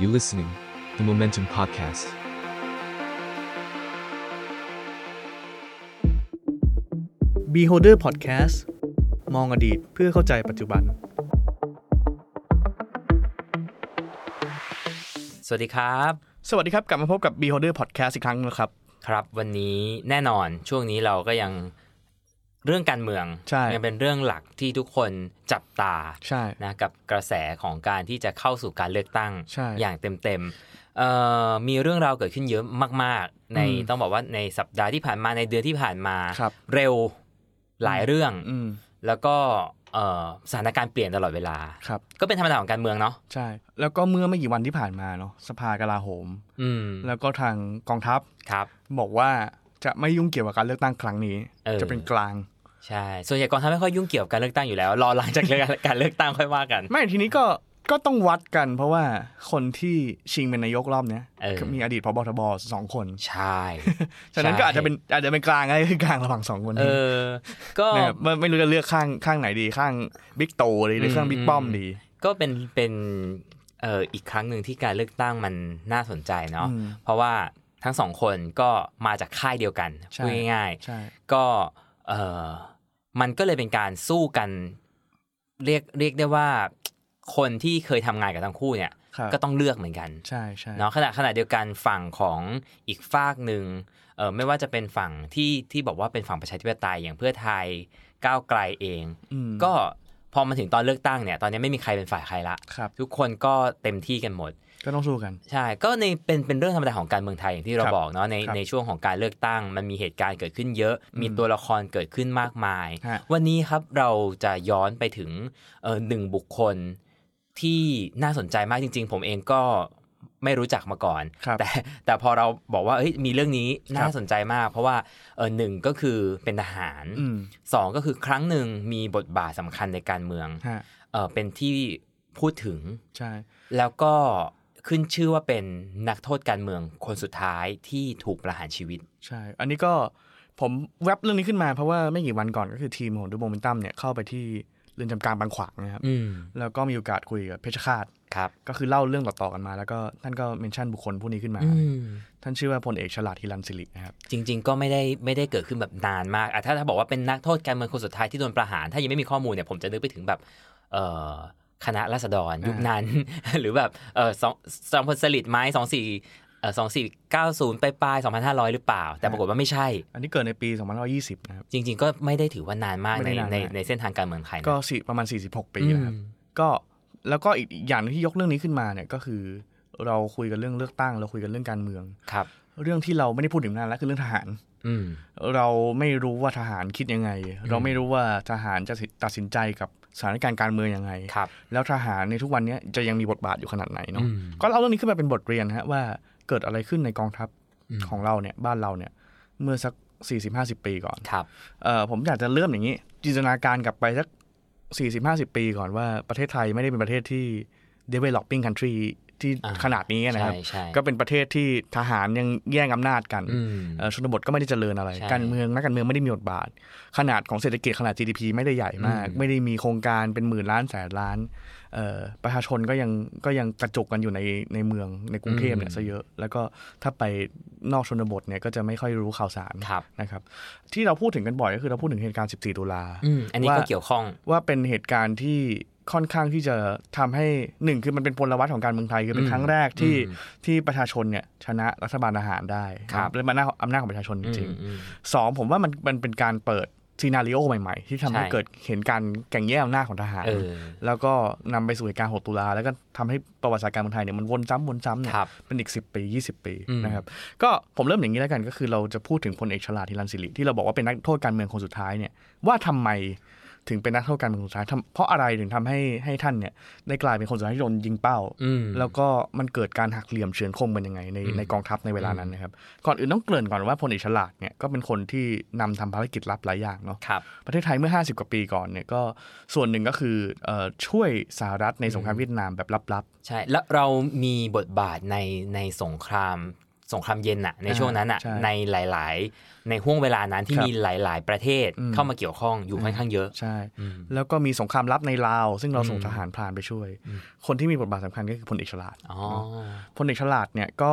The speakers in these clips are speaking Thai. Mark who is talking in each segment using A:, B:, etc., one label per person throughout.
A: You listening, the Momentum Podcast.
B: บ e h o l d e r Podcast มองอดีตเพื่อเข้าใจปัจจุบัน
C: สวัสดีครับ
B: สวัสดีครับ กลับมาพบกับ b e h o l d e r Podcast อีกครั้งนะครับ
C: ครับวันนี้แน่นอนช่วงนี้เราก็ยังเรื่องการเมือง
B: ใช่
C: ยังเป็นเรื่องหลักที่ทุกคนจับตา
B: ใช่
C: นะกับกระแสของการที่จะเข้าสู่การเลือกตั้ง
B: ใช่
C: อย่างเต็มๆเอ่อมีเรื่องราวเกิดขึ้นเยอะมาก ๆ ใน
B: อืม
C: ต้องบอกว่าในสัปดาห์ที่ผ่านมาในเดือนที่ผ่านมา
B: ครับ
C: เร็วหลายเรื่อง
B: อืม
C: แล้วก็เอ่อสถานการณ์เปลี่ยนตลอดเวลา
B: ครับ
C: ก็เป็นธรรมดาของการเมืองเนาะ
B: ใช่ แล้วก็เมื่อไม่กี่วันที่ผ่านมาเนาะ สภากลาโหม
C: อืม
B: แล้วก็ทางกองทัพ
C: ครับ
B: บอกว่าจะไม่ยุ่งเกี่ยวกับการเลือกตั้งครั้งนี้
C: เออ
B: จะเป็นกลาง
C: ใช่ ส่วนใหญ่กองทัพไม่ค่อยยุ่งเกี่ยวกับการเลือกตั้งอยู่แล้ว รอหลังจากเลือกการเลือกตั้งค่อยว่ากัน
B: ไม่ทีนี้ก็ ก็ต้องวัดกัน เพราะว่าคนที่ชิงเป็นนายกรอบเนี้ย
C: เออ
B: มีอดีตพบทบสองคน
C: ใช่
B: ฉะนั้นก็อาจจะเป็น อาจจะเป็นกลางอะไร คือกลางระหว่างสองคน
C: เอ
B: นี้
C: อ ก็
B: นะครับไม่ไม่รู้จะเลือกข้าง ข้างไหนดี ข้างบิ๊กโตดีหรือข้างบิ๊กป้อมดี
C: ก็เป็น เป็นเอ่ออีกครั้งหนึ่งที่การเลือกตั้งมันน่าสนใจเนาะ
B: อืม
C: เพราะว่าทั้งสองคนก็มาจากค่ายเดียวกัน
B: ใช่
C: พูดง่าย
B: ใช่
C: ๆ ก็เอ่อมันก็เลยเป็นการสู้กัน เรียก เรียกได้ว่า คนที่เคยทำงานกับทั้งคู่เนี่ย
B: ครับ
C: ก็ต้องเลือกเหมือนกัน
B: ใช่ใช่
C: เนาะขณะขณะเดียวกันฝั่งของอีกฝากหนึ่งเออไม่ว่าจะเป็นฝั่งที่ที่บอกว่าเป็นฝั่งประชาธิปไตยอย่างเพื่อไทยก้าวไกลเอง
B: อืม
C: ก็พอมาถึงตอนเลือกตั้งเนี่ยตอนนี้ไม่มีใครเป็นฝ่ายใครละ
B: ครับ
C: ทุกคนก็เต็มที่กันหมด
B: ก็ต้องสู้กัน
C: ใช่ก็ในเป็นเป็นเรื่องธรรมดาของการเมืองไทยอย่างที่เรา
B: ครับ
C: บอกเนาะใน
B: ครับ
C: ในช่วงของการเลือกตั้ง มันมีเหตุการณ์เกิดขึ้นเยอะ มีตัวละครเกิดขึ้นมากมาย
B: ฮะ
C: วันนี้ครับเราจะย้อนไปถึงเอ่อหนึ่งบุคคลที่น่าสนใจมากจริง ๆ ผมเองก็ไม่รู้จักมาก่อน
B: ครับ
C: แต่ แต่พอเราบอกว่าเอ้ยมีเรื่องนี้น่าสนใจมาก เพราะว่าเออหนึ่งก็คือเป็นทหาร
B: อืม
C: สองก็คือครั้งหนึ่งมีบทบาทสำคัญในการเมือง
B: ฮะ
C: เออเป็นที่พูดถึง
B: ใช่
C: แล้วก็ขึ้นชื่อว่าเป็นนักโทษการเมืองคนสุดท้ายที่ถูกประหารชีวิต
B: ใช่ อันนี้ก็ผมแวบเรื่องนี้ขึ้นมาเพราะว่าไม่กี่วันก่อนก็คือทีมของดูโมเมนตัมเนี่ยเข้าไปที่เรือนจำกลางบางขวางนะครับ
C: อืม
B: แล้วก็มีโอกาสคุยกับเพชรฆาต
C: ครับ
B: ก็คือเล่าเรื่องต่อๆกันมา แล้วก็ท่านก็เมนชั่นบุคคลผู้นี้ขึ้นมา
C: อืม
B: ท่านชื่อว่าพลเอกฉลาดฮิรันสิรินะครับ
C: จริง ๆ ก็ไม่ได้ไม่ได้เกิดขึ้นแบบนานมากอ่ะถ้าถ้าบอกว่าเป็นนักโทษการเมืองคนสุดท้ายที่โดนประหาร ถ้ายังไม่มีข้อมูลเนี่ยผมจะนึกไปถึงแบบเอ่อคณะราษฎรยุคนั้น หรือแบบเออสองสองพลสลิดไหมสองสี่เออสองสี่เก้าศูนย์ปลายสองพันห้าร้อยหรือเปล่า แต่ปรากฏว่าไม่ใช่
B: อันนี้เกิดในปี2520 นะครับ
C: จริง ๆ ก็ไม่ได้ถือว่านานมาก
B: ไม่
C: ใน
B: ได้นาน
C: ใน
B: มาก
C: ในเส้นทางการเมืองไทยนะ
B: ก็สี่ประมาณ 46 ปีนะครับ
C: อืม
B: ก็แล้วก็อีกอีกอย่างหนึ่งที่ยกเรื่องนี้ขึ้นมาเนี่ยก็คือ เราคุยกันเรื่องเลือกตั้ง เราคุยกันเรื่องการเมือง
C: ครับ
B: เรื่องที่เราไม่ได้พูดถึงนานแล้วคือเรื่องทหาร
C: อืม
B: เราไม่รู้ว่าทหารคิดยังไง เราไม่รู้ว่าทหารจะตัดสินใจกับสถานการณ์การเมืองยังไง
C: ครับ
B: แล้วทหารในทุกวันเนี้ยจะยังมีบทบาทอยู่ขนาดไหนเนาะ
C: อืม
B: ก็เล่าเรื่องนี้ขึ้นมาเป็นบทเรียนฮะว่าเกิดอะไรขึ้นในกองทัพ
C: อืม
B: ของเราเนี่ยบ้านเราเนี่ยเมื่อสัก 40-50 ปีก่อน
C: ครับ
B: เอ่อผมอยากจะเริ่มอย่างนี้ จินตนาการกลับไปสัก 40-50 ปีก่อนว่าประเทศไทยไม่ได้เป็นประเทศที่ developing country ที่
C: อ่า
B: ขนาดนี้นะครับ
C: ใช่ใช่
B: ก็เป็นประเทศที่ทหารยังแย่งอำนาจกัน
C: อืม
B: เอ่อชนบทก็ไม่ได้เจริญอะไร
C: ใช่
B: การเมืองนักการเมืองไม่ได้มีบทบาท ขนาดของเศรษฐกิจขนาด GDP ไม่ได้ใหญ่มาก
C: อืม
B: ไม่ได้มีโครงการเป็นหมื่นล้านแสนล้านเอ่อประชาชนก็ยังก็ยังกระจุกกันอยู่ในในเมืองในกรุงเทพเนี่ยซะเยอะ แล้วก็ถ้าไปนอกชนบทเนี่ยก็จะไม่ค่อยรู้ข่าวสาร
C: ครับ
B: นะครับ ที่เราพูดถึงกันบ่อยก็คือเราพูดถึงเหตุการณ์ 14 ตุลา
C: อืม อันนี้
B: ว่า
C: ก็เกี่ยวข้อง
B: ว่าเป็นเหตุการณ์ที่ค่อนข้างที่จะทำให้หนึ่งคือมันเป็นพลวัตของการเมืองไทยคือเป็น
C: อืม
B: ครั้งแรกที่
C: อืม
B: ที่ประชาชนเนี่ยชนะรัฐบาลทหารได้
C: ครับ
B: และมันหน้าอำนาจของประชาชนจริงๆ
C: อืม
B: สองผมว่ามันมันเป็นการเปิดซีนารีโอใหม่ๆ ที่ทำให้
C: ใช่
B: เกิดเห็นการแข่งแย่งอำนาจของทหาร
C: เออ
B: แล้วก็นำไปสู่เหตุการณ์ 6 ตุลา แล้วก็ทำให้ประวัติศาสตร์การเมืองไทยเนี่ยมันวนซ้ำวนซ้ำเนี่ย
C: ครับ
B: เป็นอีก 10 ปี 20 ปี
C: อืม
B: นะครับก็ผมเริ่มอย่างนี้แล้วกันก็คือเราจะพูดถึงพลเอกฉลาดทิรันสิริที่เราบอกว่าเป็นนักโทษการเมืองคนสุดท้ายเนี่ยว่าทำไมถึงเป็นนักโทษการเมืองคนสุดท้ายทำเพราะอะไรถึงทำให้ให้ท่านเนี่ยได้กลายเป็นคนสุดท้ายที่โดนยิงเป้า
C: อืม
B: แล้วก็มันเกิดการหักเหลี่ยมเฉือนคมกันยังไงใน
C: อืม
B: ในกองทัพในเวลานั้นนะครับ ก่อนอื่นต้องเกริ่นก่อนว่าพลเอกฉลาดเนี่ยก็เป็นคนที่นำทำภารกิจลับหลายอย่างเนาะ
C: ครับ
B: ประเทศไทยเมื่อ 50 กว่าปีก่อนเนี่ยก็ส่วนหนึ่งก็คือเอ่อช่วยสหรัฐในสงครามเวียดนามแบบลับ
C: ใช่ แล้วเรามีบทบาทในในสงคราม สงครามเย็นน่ะใน
B: อ่า
C: ช่วงนั้นน่ะ
B: ใช่
C: ในหลาย ๆ ในห่วงเวลานั้นที่
B: ครับ
C: มีหลาย ๆ ประเทศ
B: อืม
C: เข้ามาเกี่ยวข้องอยู่ค่อนข้างเยอะ
B: ใช่
C: อืม
B: แล้วก็มีสงครามลับในลาว ซึ่งเราส่ง
C: อืม
B: ทหารพรานไปช่วย
C: อืม
B: คนที่มีบทบาทสำคัญก็คือพลเอกฉลาด
C: อ๋อ
B: เนาะพลเอกฉลาดเนี่ยก็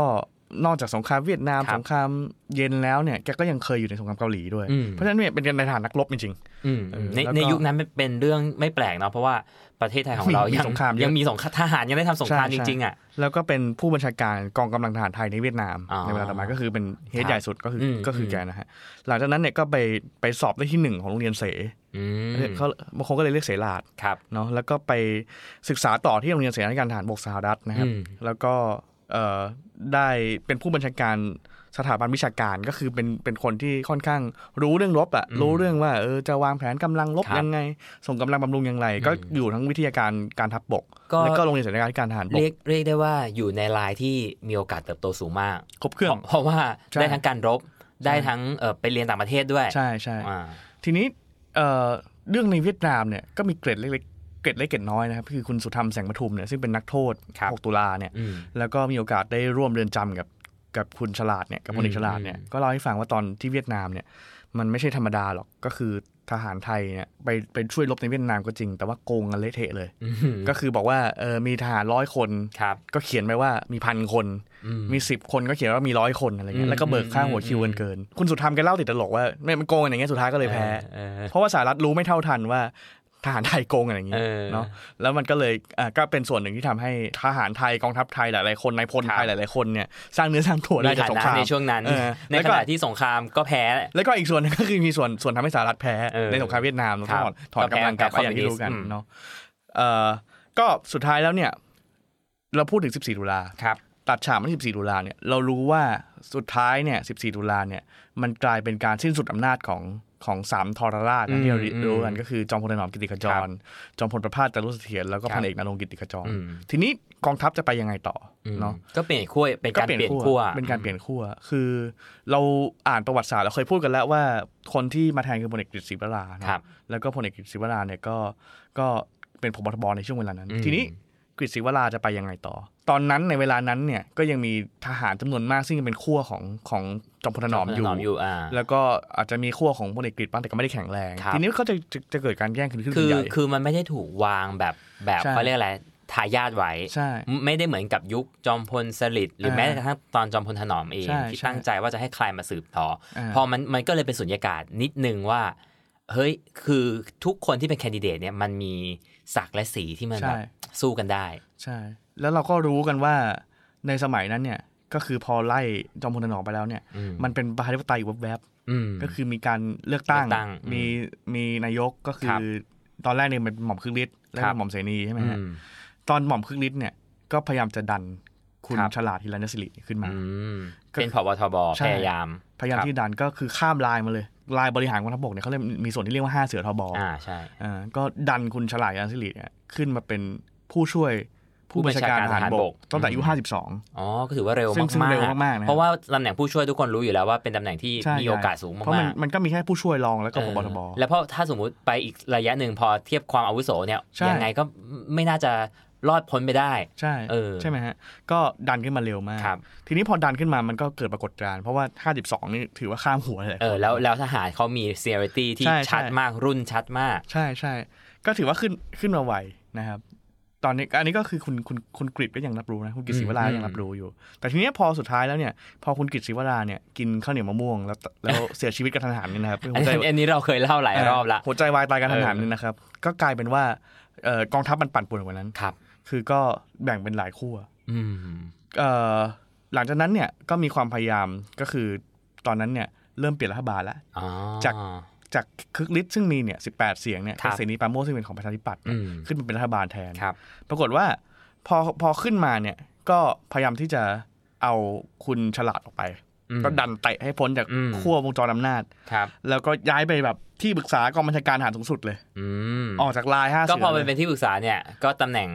B: นอกจากสงครามเวียดนาม
C: ครับ
B: สงครามเย็นแล้วเนี่ยแกก็ยังเคยอยู่ในสงครามเกาหลีด้วย
C: อืม
B: เพราะฉะนั้นเนี่ยเป็นในฐานะนักรบจริง
C: อืม
B: เออ
C: ใน
B: แล้วก็
C: ในยุคนั้นเป็นเรื่องไม่แปลกเนาะเพราะว่าประเทศไทยของเรา
B: มี
C: ยัง
B: สงครามเยอะ
C: ยังมีสงครามทหารยังได้ทำสงคราม
B: ใช่
C: จ
B: ใช่
C: ริง ๆ อ่ะ
B: ๆ แล้วก็เป็นผู้บัญชาการกองกำลังทหารไทยในเวียดนาม
C: อ๋อ
B: ในเวลาต่อมาก็คือเป็นเฮด
C: ครับ
B: ใหญ่สุดก็คืออ
C: ม
B: ก็คืออ
C: ม
B: แกนะฮะหลังจากนั้นเนี่ยก็ไปไปสอบได้ที่หนึ่งของโรงเรียนเส
C: อืม
B: เขาบางคนก็เลยเรียกเสลาด
C: ครับ
B: เนาะแล้วก็ไปศึกษาต่อที่โรงเรียนเสนาธิการทหารบกสหรัฐนะครับ
C: อืม
B: แล้วก็เอ่อได้เป็นผู้บัญชาการสถาบันวิชาการก็คือเป็นเป็นคนที่ค่อนข้างรู้เรื่องรบอะรู้เรื่องว่าเออจะวางแผนกำลังรบยังไง ส่งกำลังบำรุงยังไงก็อยู่ทั้งวิทยาการการทัพบก
C: ก็
B: แล้วก็โรงเรียนเสนาธิการทหารบก
C: เรียกเรียกได้ว่าอยู่ในลายที่มีโอกาสเติบโตสูงมาก
B: ครบเครื่อง
C: เพราะว่า
B: ใช่
C: ได้ทั้งการรบได้
B: ใช่
C: ทั้งเอ่อไปเรียนต่างประเทศด้วย
B: ใช่ใช่
C: อ่า
B: ทีนี้เอ่อเรื่องในเวียดนามเนี่ยก็มีเกร็ดเล็กๆเกร็ดเล็กเกร็ดน้อยนะครับคือคุณสุธรรมแสงปทุมเนี่ยซึ่งเป็นนักโทษหกตุลาเนี่ย
C: อืม
B: แล้วก็มีโอกาสได้ร่วมเรือนจำกับกับคุณฉลาดเนี่ยกับพลเอก
C: อืม
B: ฉลาดเนี่ย
C: อืม
B: ก็เล่าให้ฟังว่าตอนที่เวียดนามเนี่ยมันไม่ใช่ธรรมดาหรอกก็คือทหารไทยเนี่ยไปไปช่วยรบในเวียดนามก็จริง แต่ว่าโกงกันเละเทะเลย
C: อืม
B: ก็คือบอกว่าเออมีทหารร้อยคน
C: ครับ
B: ก็เขียนไปว่ามีพันคน
C: อืม
B: มีสิบคนก็เขียนว่ามีร้อยคนอะไรเงี้
C: อื
B: ย
C: ม
B: แล้วก็เบิกค่าหัว
C: อืม
B: คิวกันเกิน คุณสุดทรรมแกเล่าติดตลกว่าเนี่ยมันโกงกันอย่างเงี้ยสุดท้ายก็เลยแพ้
C: เออเออ
B: เพราะว่าสหรัฐรู้ไม่เท่าทันว่าทหารไทยโกงอะไรอย่างนี้
C: เออ
B: เนาะแล้วมันก็เลยอ่ะก็เป็นส่วนหนึ่งที่ทำให้ทหารไทยกองทัพไทยหลายๆคนนายพลไท
C: ครั
B: ย
C: บ
B: หลายๆคนเนี่ยสร้างเนื้อสร้างตัวได้
C: มี
B: จากส
C: ฐา
B: ง
C: นะ
B: คราม
C: ในช่วงนั้น
B: เออ
C: ใน
B: แล้ว
C: ข
B: ก็
C: ณะที่สงครามก็แพ้
B: แล้วก็อีกส่วนหนึงก็คือมีส่วนส่วนทำให้สหรัฐแพ้
C: เออ
B: ในสงครามเวียดนามเนอะ
C: ครับ
B: ถอนถอน
C: ก็แพ้
B: กำลังกลับไปอย่างที่รู้กัน
C: อืม
B: เนาะเอ่อก็สุดท้ายแล้วเนี่ย เราพูดถึง 14 ตุลา
C: ครับ
B: ตัดฉากมาที่ 14 ตุลาเนี่ยเรารู้ว่าสุดท้ายเนี่ย 14 ตุลาเนี่ยมันกลายเป็นการสิ้นสุดอำนาจของของสามทรราชนะที่เรา
C: อืม
B: รู้กันก็คือจอมพลถนอมกิติขจ
C: ครั
B: ร
C: บ
B: จอมพลประภาสจารุเสถียรแล้วก็
C: ครับ
B: พันเอกนรงค์กิติขจร
C: อืม
B: ทีนี้กองทัพจะไปยังไงต่ออเนาะ
C: ก็เปลี่ยนขั้วเป็นการเปลี่ยนขั้ว
B: เป็นการเปลี่ยนขั้ว คือเราอ่านประวัติศาสตร์เราเคยพูดกันแล้วว่าคนที่มาแทนคือพลเอกกฤษศิวราเนอะ
C: ครับ
B: แล้วก็พลเอกกฤษศิวราเนี่ยก็ก็เป็นผบทบในช่วงเวลานั้น
C: อืม
B: ทีนี้กฤษศิวราจะไปยังไงต่อ ตอนนั้นในเวลานั้นเนี่ยก็ยังมีทหารจำนวนมากซึ่งยังเป็นขั้วของของจอมพลถนอมอยู่
C: หนอมอยู่อ่า
B: แล้วก็อาจจะมีขั้วของพลเอกกฤษบ้างแต่ก็ไม่ได้แข็งแรง
C: ครับ
B: ทีนี้เขาจะจะจะเกิดการแย่งขึ้นขึ้น
C: คือ
B: ใหญ่
C: คือมันไม่ได้ถูกวางแบบแบบ
B: ใช่
C: เขาเรียกอะไรทายาทไว้
B: ใช่
C: ไม่ได้เหมือนกับยุคจอมพลสฤษดิ์หรือ
B: เออ
C: แม้กระทั่งตอนจอมพลถนอมเอง
B: ใช่
C: ที่
B: ใช่
C: ตั้งใจว่าจะให้ใครมาสืบต่อ
B: อ่า
C: พอมันมันก็เลยเป็นสุญญากาศนิดนึงว่า เฮ้ยคือทุกคนที่เป็นแคนดิเดตเนี่ยมันมีศักดิ์และสีที่มัน
B: ใช่
C: แบบสู้กันได้
B: ใช่ แล้วเราก็รู้กันว่าในสมัยนั้นเนี่ยก็คือพอไล่จอมพลถนอมไปแล้วเนี่ย
C: อืม
B: มันเป็นประชาธิปไตยอยู่แวบ
C: อืม
B: ๆก็คือมีการเลือกตั้ง
C: เลือกตั้งอืม
B: มีมีนายกก็คื
C: ค
B: อ
C: รับ
B: ตอนแรกเนี่ยเป็นหม่อมคึกฤทธิ์แล้ว
C: ครั
B: เป็
C: บ
B: นหม่อมเสนีใช่ไหมฮะ
C: อืม
B: ตอนหม่อมคึกฤทธิ์เนี่ยก็พยายามจะดันคุณ
C: ครับ
B: ฉลาดฮิรัญยศิริขึ้นมา
C: อืม
B: ก็
C: เป็นผบทบ
B: ใช่
C: พยายาม
B: พยายาม
C: ครับ
B: ที่ดันก็คือข้ามลายมาเลยลายบริหารกองทัพบกเนี่ยเขาเรียกมีส่วนที่เรียกว่าห้าเสือทบ
C: อ่าใช่
B: อ่าก็ดันคุณฉลาดฮิรัญยศิริเนี่ยขึ้นมาเป็นผู้ช่วยผู้บัญชาการทหารบกตั้งแต่อายุ
C: อืม
B: ห้าสิบสอง
C: อ๋อก็ถือว่าเร็ว
B: ซึ่งซึ่ง
C: มาก
B: เร็วมากๆนะ
C: เพราะว่าตำแหน่งผู้ช่วยทุกคนรู้อยู่แล้วว่าเป็นตำแหน่งที่
B: ใช่
C: มีโอกาสสูง
B: เพราะมั
C: มาน กๆ
B: มันก็มีแค่ผู้ช่วยรองแล้วก็พบทบ
C: เออแล้วเพราะถ้าสมมุติไปอีกระยะหนึ่งพอเทียบความอาวุโสเนี่ย
B: ใช่
C: ยังไงก็ไม่น่าจะรอดพ้นไปได้
B: ใช่
C: เออ
B: ใช่ไหมฮะ ก็ดันขึ้นมาเร็วมาก
C: ครับ
B: ทีนี้พอดันขึ้นมามันก็เกิดปรากฏการณ์เพราะว่า 52 นี่ถือว่าข้ามหัวเลย
C: เออแล้วแล้วทหารเขามีเซียริตี้ที่
B: ใช่
C: ชัด
B: ใช่
C: มากรุ่นชัดมาก
B: ใช่ใช่ก็ถือว่าขึ้นขึ้นมาไวนะครับ ตอนนี้อันนี้ก็คือคุณคุณคุณกริดก็ยังรับรู้นะคุณกริดศิวรา
C: อืม
B: ยังรับรู้อยู่ แต่ทีเนี้ยพอสุดท้ายแล้วเนี่ย พอคุณกริดศิวราเนี่ยกินข้าวเหนียวมะม่ววงแล้วแล้วเสียชีวิตกระทันหันเนี่ยนะครับ
C: อัน
B: หัวใจ
C: นี้อันนี้เราเคยเล่า หลายรอบละ
B: หัวใจวายตายกระทันหัน
C: เออ
B: เนี่ยนะครับ ก็กลายเป็นว่าเอ่อกองทัพมันปั่นป่วนกว่านั้น
C: ครับ
B: คือก็แบ่งเป็นหลายขั้ว
C: อืม
B: เอ่อหลังจากนั้นเนี่ยก็มีความพยายามก็คือตอนนั้นเนี่ยเริ่มเปลี่ยนรัฐบาลแล้ว
C: อ๋อ
B: จาก จากคึกฤทธิ์ซึ่งมีเนี่ยสิเสียงเนี่ย
C: ครั
B: เป็
C: บ
B: นเสนีปราโมชซึ่งเป็นของประชาธิปัตย์
C: อื
B: เนี่ย
C: ม
B: ขึ้นมาเป็นรัฐบาลแทน
C: ครับ
B: ปรากฏว่าพอพอขึ้นมาเนี่ยก็พยายามที่จะเอาคุณฉลาดออกไป
C: อืม
B: ก็ดันเตะให้พ้นจาก
C: อืม
B: ขั้ววงจรอำนาจ
C: ครับ
B: แล้วก็ย้ายไปแบบที่ปรึกษากองบัญชาการทหารสูงสุดเลย
C: อืม
B: ออกจากลายห้า
C: ก็
B: เสื
C: พอ
B: อ
C: มัน
B: เล
C: เป็
B: ย
C: นที่ปรึกษาเนี่ยก็ตำแหน่ง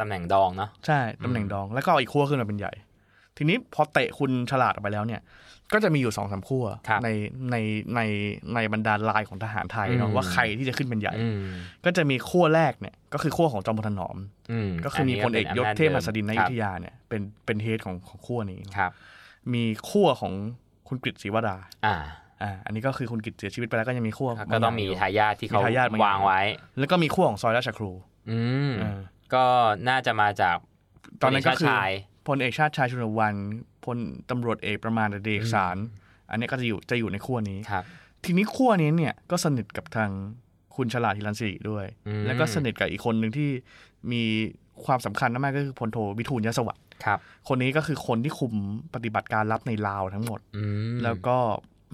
C: ตำแหน่งดองเนาะ
B: ใช่ตำแหน่งดองแล้วก็เอาอีกขั้วขึ้นมาเป็นใหญ่ ทีนี้พอเตะคุณฉลาดออกไปแล้วเนี่ย ก็จะมีอยู่สองสามขั้ว
C: ครับ
B: ในในในในบรรดาลายของทหารไทยเนาะ
C: อืม
B: ว่าใครที่จะขึ้นเป็นใหญ่
C: อืม
B: ก็จะมีขั้วแรกเนี่ยก็คือขั้วของจอมพลถนอม
C: อืม
B: ก็คือมีพลเอกยศเทพหัสดินนา
C: อั
B: ยุทธ
C: ดิม
B: ยาเนี่ยเป็นเป็นเฮดของของขั้วนี้
C: ครับ
B: มีขั้วของคุณกฤษศรีวรา
C: อ่า
B: อ่าอันนี้ก็คือคุณกฤษเสียชีวิตไปแล้วก็ยังมีขั้ว
C: ก็ต้อง
B: บา
C: มี
B: ย่ายู่
C: ทายาทที่เขา
B: ทายาทบางอย่าง
C: วางไว้
B: แล้วก็มีขั้วของซอยราชครู
C: อืม
B: เออ
C: ก็น่าจะมาจาก
B: ตอนนั้นก็คือ
C: ชาย
B: พลเอกชาติชายชุนวันพลตำรวจเอกประมาณเดชสาร อันเนี้ยก็จะอยู่จะอยู่ในขั้วนี้
C: ครับ
B: ทีนี้ขั้วนี้เนี่ยก็สนิทกับทางคุณฉลาดฮิรันสิริด้วย
C: อืม
B: แล้วก็สนิทกับอีกคนหนึ่งที่มีความสำคัญมากๆก็คือพลโทวิทูลยศวัตร
C: ครับ
B: คนนี้ก็คือคนที่คุมปฏิบัติการลับในลาวทั้งหมด
C: อืม
B: แล้วก็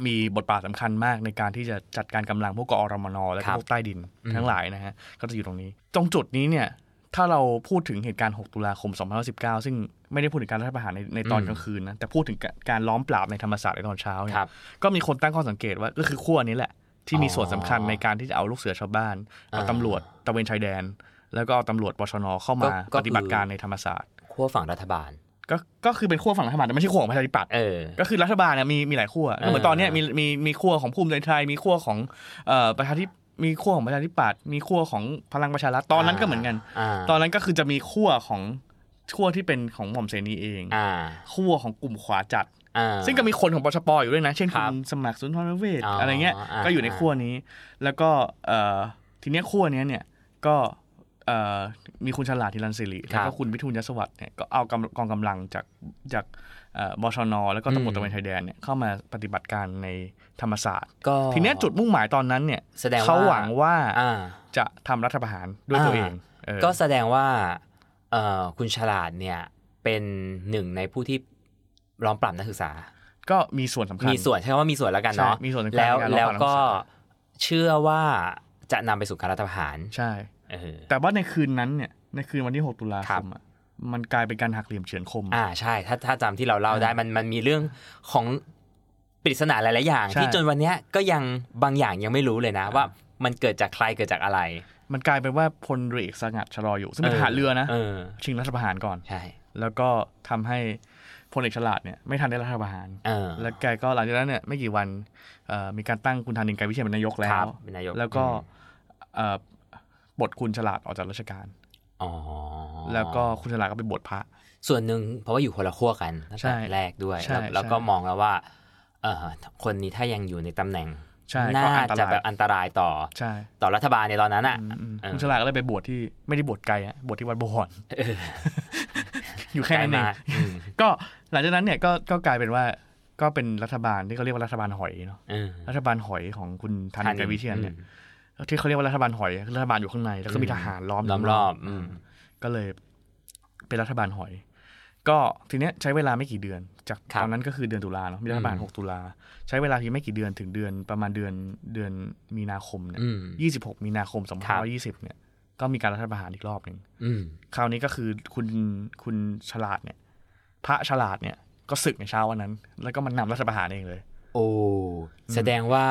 B: มีบทบาทสำคัญมากในการที่จะจัดการกำลังพวกกอรมนและ
C: ครับ
B: พวกใต้ดิน
C: อืม
B: ทั้งหลายนะฮะก็จะอยู่ตรงนี้ ตรงจุดนี้เนี่ยถ้าเราพูดถึงเหตุการณ์ 6 ตุลาคม 2019 ซึ่งไม่ได้พูดถึงการรัฐประหารในในตอนกลางคืนนะแต่พูดถึงการการล้อมปราบในธรรมศาสตร์ในตอนเช้าเนี่
C: ค
B: ย
C: รับ
B: ก็มีคนตั้งข้อสังเกตว่าก็คือขั้วนี้แหละ ที่มีส่วนสำคัญ
C: อ๋อ
B: ในการที่จะเอาลูกเสือชาวบ้านเอา
C: อ่า
B: ตำรวจตระเวนชายแดน แล้วก็เอาตำรวจปชนเข้ามา
C: ก็ก็คือ
B: ปฏิบัติการในธรรมศาสตร์
C: ขั้วฝั่งรัฐบาล
B: ก็ก็คือเป็นขั้วฝั่งรัฐบาลแต่ไม่ใช่ขั้วของประชาธิปัตย
C: เออ
B: ก็คือรัฐบาลเนี่ยมีมีหลายขั้ว
C: เออ
B: ก็เหมือนตอนเนี้ยมีมีมีขั้วของภูมิใจไทย มีขั้วของเอ่อประชาธิมีขั้วของประชาธิปัตย์มีขั้วของพลังประชารัฐตอนนั้นก็เหมือนกัน
C: า
B: ตอนนั้นก็คือจะมีขั้วของขั้วที่เป็นของหม่อมเสนีเอง
C: อ่า
B: ขั้วของกลุ่มขวาจัด
C: อ่า
B: ซึ่งก็มีคนของปชปอยู่ด้วยนะ เช่น
C: ค
B: คุ
C: รับ
B: ณสมัครสุนทรเวช
C: อ๋ออ
B: อะไรเงี้ย
C: อ่า
B: ก็อยู่ในขั้วนี้ แล้วก็เอ่อทีเนี้ยขั้วเนี้ยเนี่ยก็เอ่อมีคุณฉลาดธิรันสิริแล้วก็คุณวิทูลยศวัตรเนี่ยก็เอากำกองกำลังจากจากเอ่อบชน แล้วก็ตำรวจตระเวนชายแดนเนี่ยเข้ามาปฏิบัติการในธรรมศาสตร์
C: ก็
B: ทีเนี้ยจุดมุ่งหมายตอนนั้นเนี่ย
C: แสดง
B: เขาหวังว่า
C: อ่า
B: จะทำรัฐประหารด้วยตัวเองเออ
C: ก็แสดงว่าเอ่อคุณฉลาดเนี่ยเป็นหนึ่งในผู้ที่ล้อมปราบนักศึกษา
B: ก็มีส่วนสำคัญ
C: มีส่วนใช่คำว่ามีส่วนแล้วกันเนาะ
B: ใช่มีส่วนสำคัญ
C: แล้ว
B: ในการล้อมปราบนักศึกษา
C: แล้วก็เชื่อว่าจะนำไปสู่การรัฐประหาร
B: ใช่
C: เออ
B: แต่ว่าในคืนนั้นเนี่ยในคืนวันที่ 6 ตุลา
C: ค
B: ครับ มอะมันกลายเป็นการหักเหลี่ยมเฉือนคม
C: อ่าใช่ ถ้าถ้าจำที่เราเล่าได้มันมันมีเรื่องของปริศนาหลาย ๆ อย่าง
B: ใช่
C: ที่จนวันเนี้ยก็ยังบางอย่างยังไม่รู้เลยนะ ว่ามันเกิดจากใครเกิดจากอะไร
B: มันกลายเป็นว่าพลเรือเอกสงัดชะลออยู่ซึ่งเป็น
C: เออ
B: ทหารเรือนะ
C: เออ
B: ชิงรัฐประหารก่อน
C: ใช่
B: แล้วก็ทำให้พลเอกฉลาดเนี่ยไม่ทันได้รัฐประหาร
C: เออ
B: แล้วแกก็หลังจากนั้นเนี่ยไม่กี่วันเอ่อมีการตั้งคุณธานินทร์ไกรวิเชียรเป็นนายกแล้
C: ครั
B: ว
C: บเป็นนายก
B: แล้วก็
C: อืม
B: เอ่อปลดคุณฉลาดออกจากราชการ
C: อ๋อ
B: แล้วก็คุณฉลาดก็ไปบวชพระ
C: ส่วนหนึ่งเพราะว่าอยู่คนละขั้วกันตั้ง
B: ใช่
C: แต่แรกด้วย
B: ใช่
C: แล้วแล้วก็
B: ใช่
C: มองแล้วว่าเออคนนี้ถ้ายังอยู่ในตำแหน่ง
B: ใช่
C: น่า
B: ก็อันตราย
C: จะแบบอันตรายต่อ
B: ใช่
C: ต่อรัฐบาลในตอนนั้นอ่ะ
B: อืมอืม
C: เออ
B: คุณฉลาดก็เลยไปบวชที่ไม่ได้บวชไกลอะบวชที่วัดบวรอยู่แค่นั้นเอง
C: ไกลมากอืม
B: ก็หลังจากนั้นเนี่ยก็ก็กลายเป็นว่าก็เป็นรัฐบาลที่เขาเรียกว่ารัฐบาลหอยเนาะ
C: เออ
B: รัฐบาลหอยของคุณธานินทร์ไกรวิเชียรเนี่ย
C: อืม
B: ที่เขาเรียกว่ารัฐบาลหอยคือรัฐบาลอยู่ข้างในแล้วก็มีทหารล้อมยู่
C: ล้อมรอบอืม
B: ก็เลยเป็นรัฐบาลหอย ก็ทีเนี้ยใช้เวลาไม่กี่เดือน จากตอนนั้นก็คือเดือนตุลาเนาะมีรัฐบาล 6 ตุลาใช้เวลาเพียงไม่กี่เดือนถึงเดือนประมาณเดือนเดือนมีนาคมเนี่ย
C: อืม
B: ยี่สิบหกมีนาคมสอง
C: ครั
B: พัน
C: บ
B: ร้อยยี่สิบเนี่ยก็มีการรัฐประหารอีกรอบหนึ่ง
C: อืม
B: คราวนี้ก็คือคุณคุณฉลาดเนี่ย พระฉลาดเนี่ยก็ศึกในเช้าวันนั้น แล้วก็มันนำรัฐประหารเองเลย
C: โอ้แสดงว่า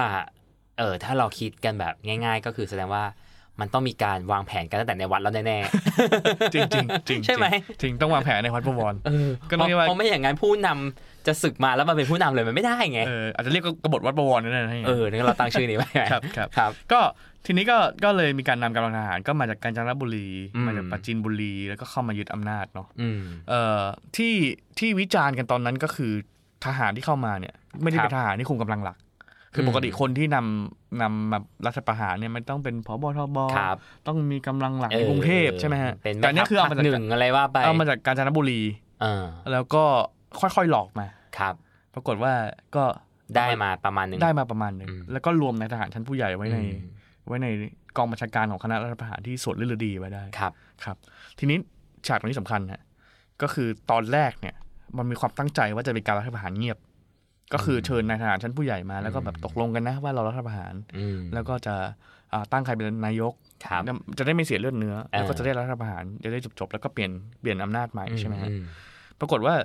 C: เออถ้าเราคิดกันแบบง่าย ๆ ก็คือแสดงว่ามันต้องมีการวางแผนกันตั้งแต่ในวัดแล้วแน่
B: จริงจริงจริง
C: ใช่ไหม
B: จริงต้องวางแผนในวัดประวร
C: ๆเออ
B: ก็ต้องเรียกว่า
C: เพราะไม่อย่างนั้นผู้นำจะศึกมาแล้วมาเป็นผู้นำเลยมันไม่ได้ไง
B: เอออาจจะเรียกกบฏวัดประวรนั่นนะให้
C: เอองั้นเราตั้งชื่อนี้ไว้ไหม
B: ครับครับ
C: ครับ
B: ก็ทีนี้ก็ก็เลยมีการนำกำลังทหารก็มาจากกาญจนบุรี
C: อืม
B: มาจากปราจีนบุรีแล้วก็เข้ามายึดอำนาจเนาะ
C: อืม
B: เอ่อที่ที่วิจารณ์กันตอนนั้นก็คือทหารที่เข้ามาเนี่ย ไม่ได้เป็น
C: ครับ
B: ทหารที่คุมกำลังหลัก คืออ
C: ม
B: ปกติคนที่นำนำมารัฐประหารเนี่ยมันต้องเป็นผบทบ
C: ครับ
B: ต้องมีกำลังหลัก
C: อ
B: ใน
C: อก
B: รุงเทพใช่ไหมฮะ
C: เป็น
B: แต่อัน
C: นี่
B: เนี้ยคือเอามาจาก
C: หนึ่งอะไรว่าไป
B: เอามาจากกาญจนบุรี
C: เออ
B: แล้วก็ค่อยๆหลอกมา
C: ครับ
B: ปรากฏว่าก็
C: ได้มาประมาณหนึ่ง
B: ได้มาประมาณหนึ่ง
C: อืม
B: แล้วก็รวมในายทหารชั้นผู้ใหญ่ไว้ใน
C: อืม
B: ไว้ในกองบัญชาการของคณะรัฐประหารที่สวนฤดีไว้ได้
C: ครับ
B: ครับ ทีนี้ฉากตรงนี้สำคัญฮะก็คือตอนแรกเนี่ย มันมีความตั้งใจว่าจะเป็นการรัฐประหารเงียบ ก็คือเชิญนายทหารชั้นผู้ใหญ่มาแล้วก็แบบตกลงกันนะว่าเรารัฐประหาร
C: อืม
B: แล้วก็จะอ่าตั้งใครเป็นนายก
C: ครับ
B: จะได้ไม่เสียเลือดเนื้อ แล้วก็
C: อ่า
B: จะได้รัฐประหารจะได้จบจบๆแล้วก็เปลี่ยนเปลี่ยนอำนาจใหม่ใช่ไหมฮะ
C: อื
B: ปรากฏว่า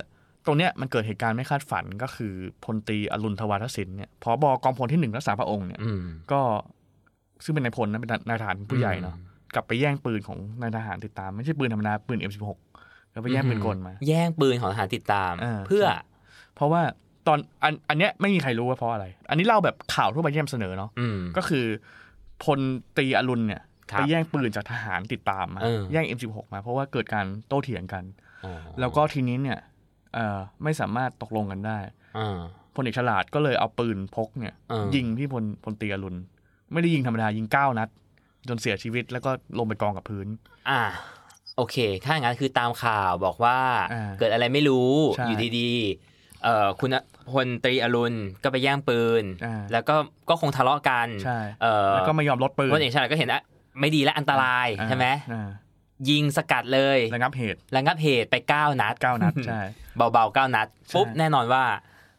B: ตรงเนี้ยมันเกิดเหตุการณ์ไม่คาดฝันก็คือพลตรีอรุณทวารทศินเนี่ยพบกองพลที่หนึ่งรักษาพระองค์เนี่ย
C: อืม
B: ก็ซึ่งเป็นนายพลนะเป็นนายทหารผู้ใหญ่เนาะกลับไปแย่งปืนของนายทหารติดตาม ไม่ใช่ปืนธรรมดาปืน M16 แล้วไปแย่งปืนกลมา
C: แย่งปืนของทหารติดตาม
B: เออ
C: เพื่อ
B: เพราะว่าตอนอันอันเนี้ยไม่มีใครรู้ว่าเพราะอะไร อันนี้เล่าแบบข่าวทั่วไปที่นำเสนอเนาะ
C: อืม
B: ก็คือพลตรีอรุณเนี่ย
C: ครับ
B: ไปแย่งปืนจากทหารติดตามมา
C: เออ
B: แย่ง M16 มาเพราะว่าเกิดการโต้เถียงกัน
C: อ๋อ
B: แล้วก็ทีนี้เนี่ย เอ่อไม่สามารถตกลงกันได้
C: อ่า
B: พลเอกฉลาดก็เลยเอาปืนพกเนี่ย
C: เออ
B: ยิงที่พลพลตีอรุณไม่ได้ยิงธรรมดายิงเก้านัด จนเสียชีวิตแล้วก็ลงไปกองกับพื้น
C: อ่า โอเค ถ้าอย่างนั้นคือตามข่าวบอกว่า
B: อ่า
C: เกิดอะไรไม่รู้
B: ใช่
C: อยู่ดีๆเอ่อคุณพลตรีอรุณก็ไปแย่งปืน
B: อ่า
C: แล้วก็ก็คงทะเลาะกัน
B: ใช่
C: เอ่อ
B: แล้วก็ไม่ยอมลดปืน
C: พลเอกชาติก็เห็นอะไม่ดีและอันตราย
B: อ่า
C: ใช่ไหม
B: อ่า
C: ยิงสกัดเลย
B: ระงับเหตุ
C: ระงับเหตุไป 9 นัด
B: เก้านัดใช่
C: เบาๆ 9 นัดปุ๊บ
B: ใช่
C: แน่นอนว่า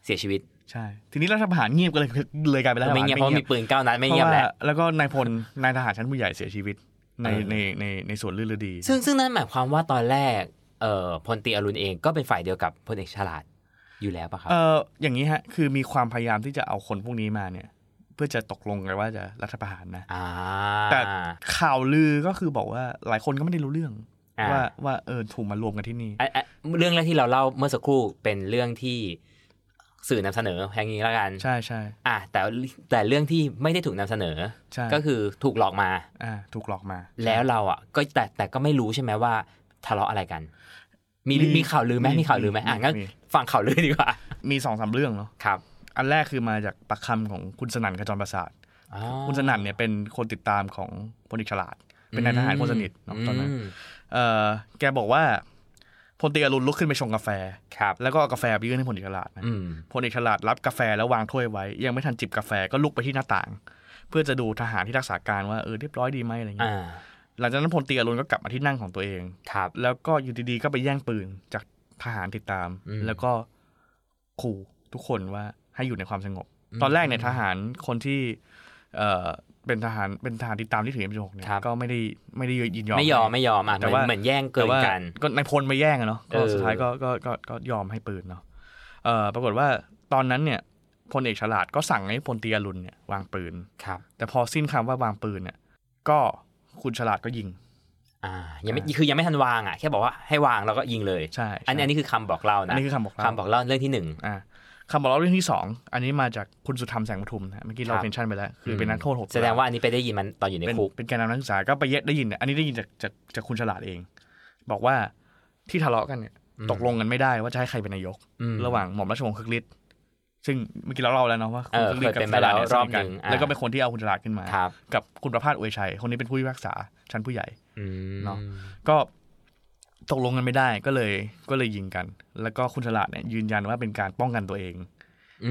C: เสียชีวิต
B: ใช่ทีนี้รัฐประหารเงียบก็เลยเลยกลายเป็นรัฐประ
C: ไม่
B: หาร
C: เงียบเพราะมีปืน 9 นัดไม่เงียบ
B: เพราะ
C: แห
B: ว่า
C: ละ
B: แล้วก็นายพลนายทหารชั้นผู้ใหญ่เสียชีวิตใน
C: เออ
B: ในในในส่วนลื่นฤดี
C: ซึ่งซึ่งนั่นหมายความว่าตอนแรกเอ่อพลตรีอรุณเองก็เป็นฝ่ายเดียวกับพลเอกฉลาดอยู่แล้วปะครับ
B: เอออย่างนี้ฮะ คือมีความพยายามที่จะเอาคนพวกนี้มาเนี่ย เพื่อจะตกลงกันว่าจะรัฐประหารนะ
C: อ่า
B: แต่ ข่าวลือก็คือบอกว่าหลายคนก็ไม่ได้รู้เรื่อง
C: อ่า
B: ว่าว่าเออถูกมารวมกันที่นี่
C: อ่ะอ่ะเรื่องแรกที่เราเล่าเมื่อสักครู่เป็นเรื่องที่สื่อนำเสนออย่างนี้แล้วกัน
B: ใช่ใช่
C: อ่ะแต่แต่เรื่องที่ไม่ได้ถูกนำเสนอ
B: ใช่
C: ก็คือถูกหลอกมา
B: อ่าถูกหลอกมา
C: แล้วเราอ่ะก็แต่แต่ก็ไม่รู้ใช่ไหมว่าทะเลาะอะไรกัน มี
B: มี
C: มีข่าวลือไหม
B: มี
C: มีข่าวลือไหมอ่ะงั้น
B: มี
C: ฟังข่าวลือดีกว่า
B: มีสองสามเรื่องเนาะ
C: ครับ
B: อันแรกคือมาจากปากคำของคุณสนั่นขจรประสาท
C: อ๋อ
B: คุณสนั่นเนี่ยเป็นคนติดตามของพลเอกฉลาด เป็นนายทหารคนสนิทเนาะตอนนั้น
C: ม
B: เออแกบอกว่าพลตรีอรุณลุกขึ้นไปชงกาแฟ
C: ครับ
B: แล้วก็เอากาแฟไปยื่นให้พลเอกฉลาดนะ
C: อืม
B: พลเอกฉลาดรับกาแฟแล้ววางถ้วยไว้ ยังไม่ทันจิบกาแฟก็ลุกไปที่หน้าต่าง เพื่อจะดูทหารที่รักษาการว่าเออเรียบร้อยดีไหมอะไรเงี้
C: อ่าย
B: หลังจากนั้นพลเตียรุนก็กลับมาที่นั่งของตัวเอง
C: ครับ
B: แล้วก็อยู่ดีๆก็ไปแย่งปืนจากทหารติดตาม
C: อืม
B: แล้วก็ขู่ทุกคนว่าให้อยู่ในความสงบ ตอนแรกเนี่ยทหารคนที่เออเป็นทหารเป็นทหารติดตามที่ถือ M16 เนี่ย
C: ครับ
B: ก็ไม่ได้ไม่ได้ยินยอม
C: ไม่ยอมไม่ยอมอ่ะ
B: แต่
C: เหมือ
B: ว่า
C: นเหมือนแย่งเกิ
B: แต่
C: น
B: ว่า
C: กัน
B: ก็นายพลมาแย่งอะเนาะก็
C: เออ
B: สุดท้ายก็ก็ก็ก็ยอมให้ปืนเนาะเออปรากฏว่าตอนนั้นเนี่ยพลเอกฉลาดก็สั่งให้พลตรีอรุณเนี่ยวางปืน
C: ครับ
B: แต่พอสิ้นคำว่าวางปืนเนี่ยก็คุณฉลาดก็ยิง
C: อ่ายังไม่
B: อ่า
C: คือยังไม่ทันวางอ่ะแค่บอกว่าให้วางแล้วก็ยิงเลย
B: ใช่ใช่
C: อันนี้อันนี้คือคำบอกเล่า
B: อัน
C: นะ
B: นี้คือคำบอกเล่า
C: คำบอกเล่าเรื่องที่หนึ่ง
B: อ่าคำบอกเล่าเรื่องที่สองอันนี้มาจากคุณสุธรรมแสงปทุมนะเมื่อกี้เรา
C: ครับ
B: เมนชั่นไปแล้วคือเป็นนักโทษหก
C: แสดงว่าอันนี้ไปได้ยินมันตอนอยู่ใน
B: เป็น
C: คุก
B: เป็นแกนนำนักศึกษาก็ไปเย็ดได้ยินเนี่ยอันนี้ได้ยินจากจากจากคุณฉลาดเอง บอกว่าที่ทะเลาะกันเนี่ยตกลงกันไม่ได้ว่าจะให้ใครเป็นนายก
C: อืม
B: ระหว่างหม่อมราชวงศ์คึกฤทธิ์ซึ่งเมื่อกี้เราเล่าแล้วเนาะว่า
C: เออ
B: ณฤทธิ์
C: เคยเป็นมาแล้ว
B: กั
C: รอบหนึ่ง
B: สทกั
C: อ่า
B: แล้วก็เป็นคนที่เอาคุณฉลาดขึ้นมา
C: ครับ
B: กับคุณประภาสอวยชัย คนนี้เป็นผู้พิพากษาชั้นผู้ใหญ่
C: อืม
B: เนาะ ก็ตกลงกันไม่ได้ก็เลยก็เลยยิงกัน แล้วก็คุณฉลาดเนี่ยยืนยันว่าเป็นการป้องกันตัวเอง